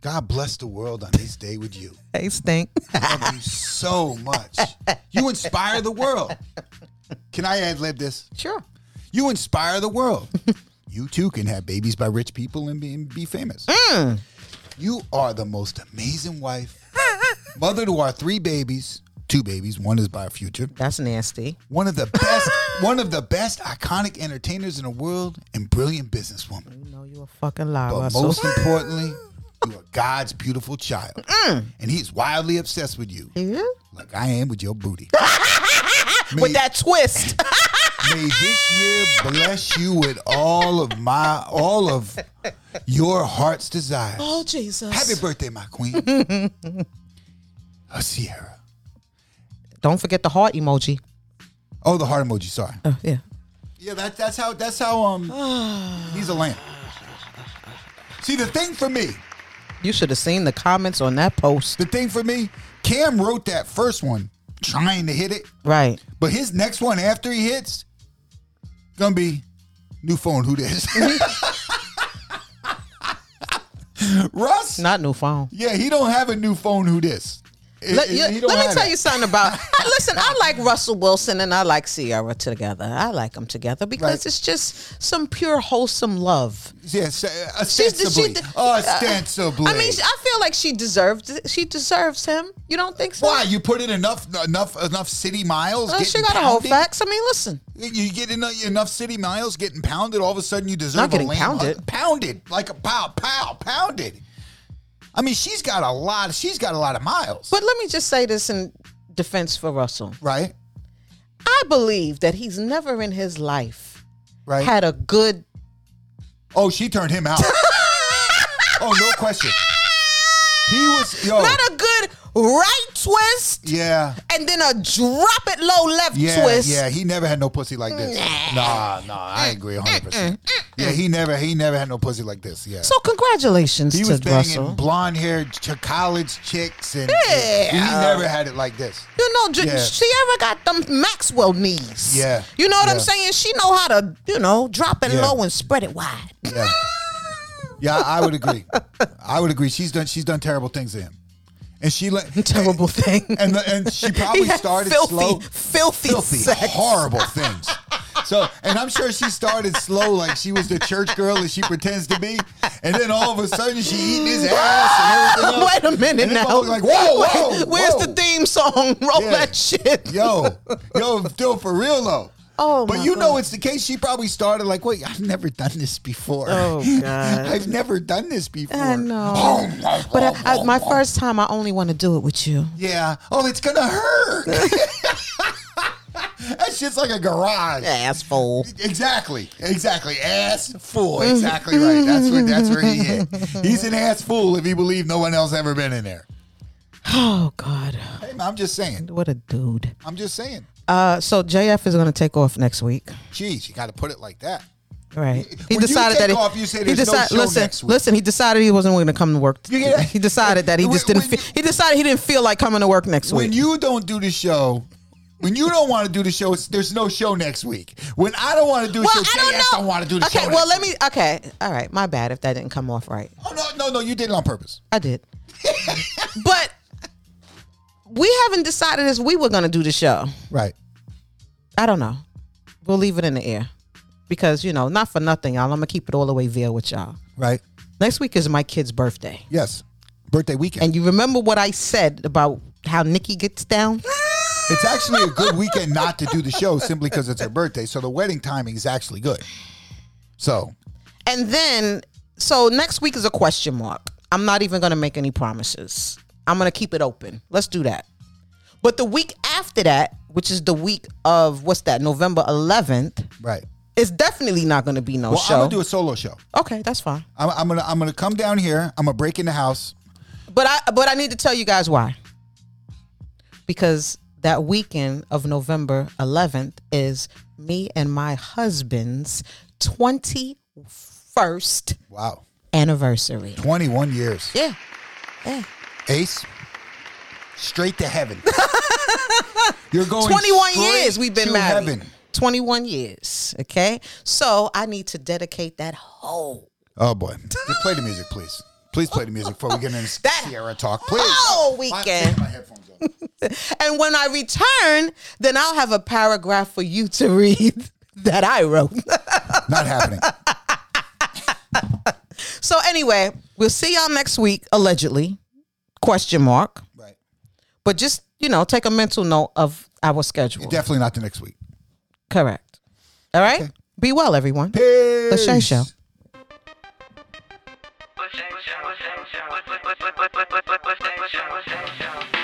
[SPEAKER 1] God bless the world on this day with you.
[SPEAKER 2] They stink.
[SPEAKER 1] Love you so much. You inspire the world. Can I ad lib this?
[SPEAKER 2] Sure.
[SPEAKER 1] You inspire the world. You too can have babies by rich people and be, and be famous. You are the most amazing wife, mother to our three babies, two babies. One is by future.
[SPEAKER 2] That's nasty.
[SPEAKER 1] One of the best, one of the best iconic entertainers in the world, and brilliant businesswoman.
[SPEAKER 2] You know you a fucking lie,
[SPEAKER 1] But
[SPEAKER 2] Russell.
[SPEAKER 1] most importantly, you are God's beautiful child, and He's wildly obsessed with you,
[SPEAKER 2] Yeah.
[SPEAKER 1] like I am with your booty.
[SPEAKER 2] With that twist.
[SPEAKER 1] May this year bless you with all of my all of your heart's desires.
[SPEAKER 2] oh Jesus.
[SPEAKER 1] Happy birthday, my queen. Uh, Sierra.
[SPEAKER 2] Don't forget the heart emoji.
[SPEAKER 1] Oh, the heart emoji. Sorry.
[SPEAKER 2] Oh, yeah.
[SPEAKER 1] Yeah, that, that's how. That's how. Um, he's a lamb. See, the thing for me,
[SPEAKER 2] You should have seen the comments on that post.
[SPEAKER 1] the thing for me, Cam wrote that first one trying to hit it,
[SPEAKER 2] Right.
[SPEAKER 1] but his next one after he hits, gonna be new phone. Who this? Russ.
[SPEAKER 2] Not new phone.
[SPEAKER 1] Yeah, he don't have a new phone. Who this?
[SPEAKER 2] Let,
[SPEAKER 1] He-
[SPEAKER 2] you-
[SPEAKER 1] he don't
[SPEAKER 2] let me
[SPEAKER 1] have
[SPEAKER 2] tell
[SPEAKER 1] it.
[SPEAKER 2] you something about. I- listen, I like Russell Wilson and I like Sierra together. I like them together because
[SPEAKER 1] Right.
[SPEAKER 2] it's just some pure wholesome love.
[SPEAKER 1] Yeah, se-
[SPEAKER 2] She- she-
[SPEAKER 1] ostensibly.
[SPEAKER 2] uh,
[SPEAKER 1] ostensibly.
[SPEAKER 2] I mean, I feel like she deserves. it. She deserves him. You don't think so?
[SPEAKER 1] why you put in enough enough enough city miles?
[SPEAKER 2] Uh, she
[SPEAKER 1] getting
[SPEAKER 2] got a whole
[SPEAKER 1] pounded?
[SPEAKER 2] fax. I mean, listen.
[SPEAKER 1] You get enough, enough city miles getting pounded. All of a sudden, you deserve
[SPEAKER 2] Not getting
[SPEAKER 1] a lamb
[SPEAKER 2] pounded.
[SPEAKER 1] hug. pounded like a pow pow pounded. I mean, she's got a lot. She's got a lot of miles,
[SPEAKER 2] But let me just say this in defense for Russell.
[SPEAKER 1] right?
[SPEAKER 2] I believe that he's never in his life
[SPEAKER 1] Right.
[SPEAKER 2] had a good.
[SPEAKER 1] oh, she turned him out. oh, no question. He was yo.
[SPEAKER 2] Not a good right twist
[SPEAKER 1] yeah.
[SPEAKER 2] and then a drop it low left
[SPEAKER 1] Yeah,
[SPEAKER 2] twist. Mm,
[SPEAKER 1] yeah, he never had no pussy like this. Nah, nah, I agree 100. percent Yeah, he never, he never had no pussy like this. Yeah,
[SPEAKER 2] So congratulations
[SPEAKER 1] he
[SPEAKER 2] to
[SPEAKER 1] was banging
[SPEAKER 2] Russell.
[SPEAKER 1] blonde-haired ch- college chicks, and
[SPEAKER 2] Yeah.
[SPEAKER 1] he never had it like this.
[SPEAKER 2] you know, J-
[SPEAKER 1] Yeah.
[SPEAKER 2] Sierra got them Maxwell knees.
[SPEAKER 1] Yeah,
[SPEAKER 2] You know what I'm
[SPEAKER 1] yeah.
[SPEAKER 2] saying? She know how to, you know, drop it
[SPEAKER 1] Yeah.
[SPEAKER 2] low and spread it wide.
[SPEAKER 1] Yeah, yeah, I I would agree. I would agree. She's done, she's done terrible things to him, and she let
[SPEAKER 2] Terrible thing.
[SPEAKER 1] and the, and she probably
[SPEAKER 2] Yeah,
[SPEAKER 1] started
[SPEAKER 2] filthy,
[SPEAKER 1] slow,
[SPEAKER 2] filthy,
[SPEAKER 1] filthy,
[SPEAKER 2] sex.
[SPEAKER 1] horrible things. So, and I'm sure she started slow, like she was the church girl that she pretends to be, and then all of a sudden she eating his ass and everything. Else.
[SPEAKER 2] Wait a minute
[SPEAKER 1] And this
[SPEAKER 2] now.
[SPEAKER 1] motherfucker Like, whoa, whoa,
[SPEAKER 2] Where's
[SPEAKER 1] whoa.
[SPEAKER 2] the theme song? Roll
[SPEAKER 1] Yeah.
[SPEAKER 2] that shit.
[SPEAKER 1] Yo, yo, still for real though.
[SPEAKER 2] Oh,
[SPEAKER 1] but
[SPEAKER 2] my
[SPEAKER 1] you know
[SPEAKER 2] God.
[SPEAKER 1] it's the case. She probably started like, "Wait, I've never done this before.
[SPEAKER 2] Oh, God.
[SPEAKER 1] I've never done this before. Oh,
[SPEAKER 2] I know. But I, I, my first time, I only want to do it with you.
[SPEAKER 1] Yeah. Oh, it's gonna hurt. that shit's like a garage.
[SPEAKER 2] Asshole.
[SPEAKER 1] Exactly. Exactly. Ass fool. Exactly right. That's where that's where he is. He's an ass fool if you believe no one else ever been in there.
[SPEAKER 2] Oh God,
[SPEAKER 1] Hey, man, I'm just saying.
[SPEAKER 2] what a dude.
[SPEAKER 1] I'm just saying.
[SPEAKER 2] Uh, so JF is going to take off next week.
[SPEAKER 1] Geez, you got to put it like that.
[SPEAKER 2] Right.
[SPEAKER 1] When you take off, you say there's no show
[SPEAKER 2] listen,
[SPEAKER 1] next week.
[SPEAKER 2] listen. He decided he wasn't going to come to work.
[SPEAKER 1] You get that?
[SPEAKER 2] He decided that he
[SPEAKER 1] When-
[SPEAKER 2] just didn't.
[SPEAKER 1] when
[SPEAKER 2] Feel,
[SPEAKER 1] you-
[SPEAKER 2] he decided he didn't feel like coming to work next
[SPEAKER 1] When
[SPEAKER 2] week.
[SPEAKER 1] you don't do the show, when you don't want to do the show, it's, there's no show next week. When I don't want to do the
[SPEAKER 2] well,
[SPEAKER 1] show,
[SPEAKER 2] I
[SPEAKER 1] JS
[SPEAKER 2] don't know.
[SPEAKER 1] don't want to do the
[SPEAKER 2] okay.
[SPEAKER 1] show.
[SPEAKER 2] well,
[SPEAKER 1] next
[SPEAKER 2] let me. Okay. All right. My bad. If that didn't come off right,
[SPEAKER 1] week. Oh no, no, no! You did it on purpose.
[SPEAKER 2] I did. but we haven't decided if we were going to do the show.
[SPEAKER 1] Right.
[SPEAKER 2] I don't know. We'll leave it in the air because you know, not for nothing, y'all. I'm gonna keep it all the way veil with y'all.
[SPEAKER 1] Right.
[SPEAKER 2] Next week is my kid's birthday,
[SPEAKER 1] Yes. Birthday weekend.
[SPEAKER 2] and you remember what I said about how Nikki gets down.
[SPEAKER 1] It's actually a good weekend not to do the show simply because it's her birthday. So the wedding timing is actually good. So
[SPEAKER 2] And then, so next week is a question mark. I'm not even going to make any promises. I'm going to keep it open. Let's do that. But the week after that, which is the week of what's that, November 11th,
[SPEAKER 1] right.
[SPEAKER 2] it's definitely not going to be no
[SPEAKER 1] Well, I'm
[SPEAKER 2] show.
[SPEAKER 1] gonna do a solo show.
[SPEAKER 2] okay, that's fine.
[SPEAKER 1] I'm, I'm gonna I'm gonna come down here. I'm gonna break in the house.
[SPEAKER 2] But I but I need to tell you guys why. Because that weekend of November 11th is me and my husband's 21st
[SPEAKER 1] Wow,
[SPEAKER 2] anniversary.
[SPEAKER 1] 21 years,
[SPEAKER 2] Yeah.
[SPEAKER 1] Ace. Straight to heaven. You're going
[SPEAKER 2] 21
[SPEAKER 1] straight
[SPEAKER 2] years we've been
[SPEAKER 1] to
[SPEAKER 2] married.
[SPEAKER 1] Heaven.
[SPEAKER 2] 21 years, okay? So I need to dedicate that whole
[SPEAKER 1] Oh boy, Just play the music, please. Please play the music before we get into
[SPEAKER 2] That
[SPEAKER 1] Sierra talk, please.
[SPEAKER 2] whole
[SPEAKER 1] My-
[SPEAKER 2] weekend.
[SPEAKER 1] my headphones on.
[SPEAKER 2] And when I return, then I'll have a paragraph for you to read that I wrote.
[SPEAKER 1] Not happening.
[SPEAKER 2] So anyway, we'll see y'all next week allegedly. Question mark.
[SPEAKER 1] Right.
[SPEAKER 2] But just, you know, take a mental note of our schedule.
[SPEAKER 1] Definitely not the next week.
[SPEAKER 2] Correct. All right? Be well everyone. The Shay
[SPEAKER 1] Peace.
[SPEAKER 2] Show.
[SPEAKER 7] What's that show? What's that show? What's that show? What's that show? What's that show? What's that show?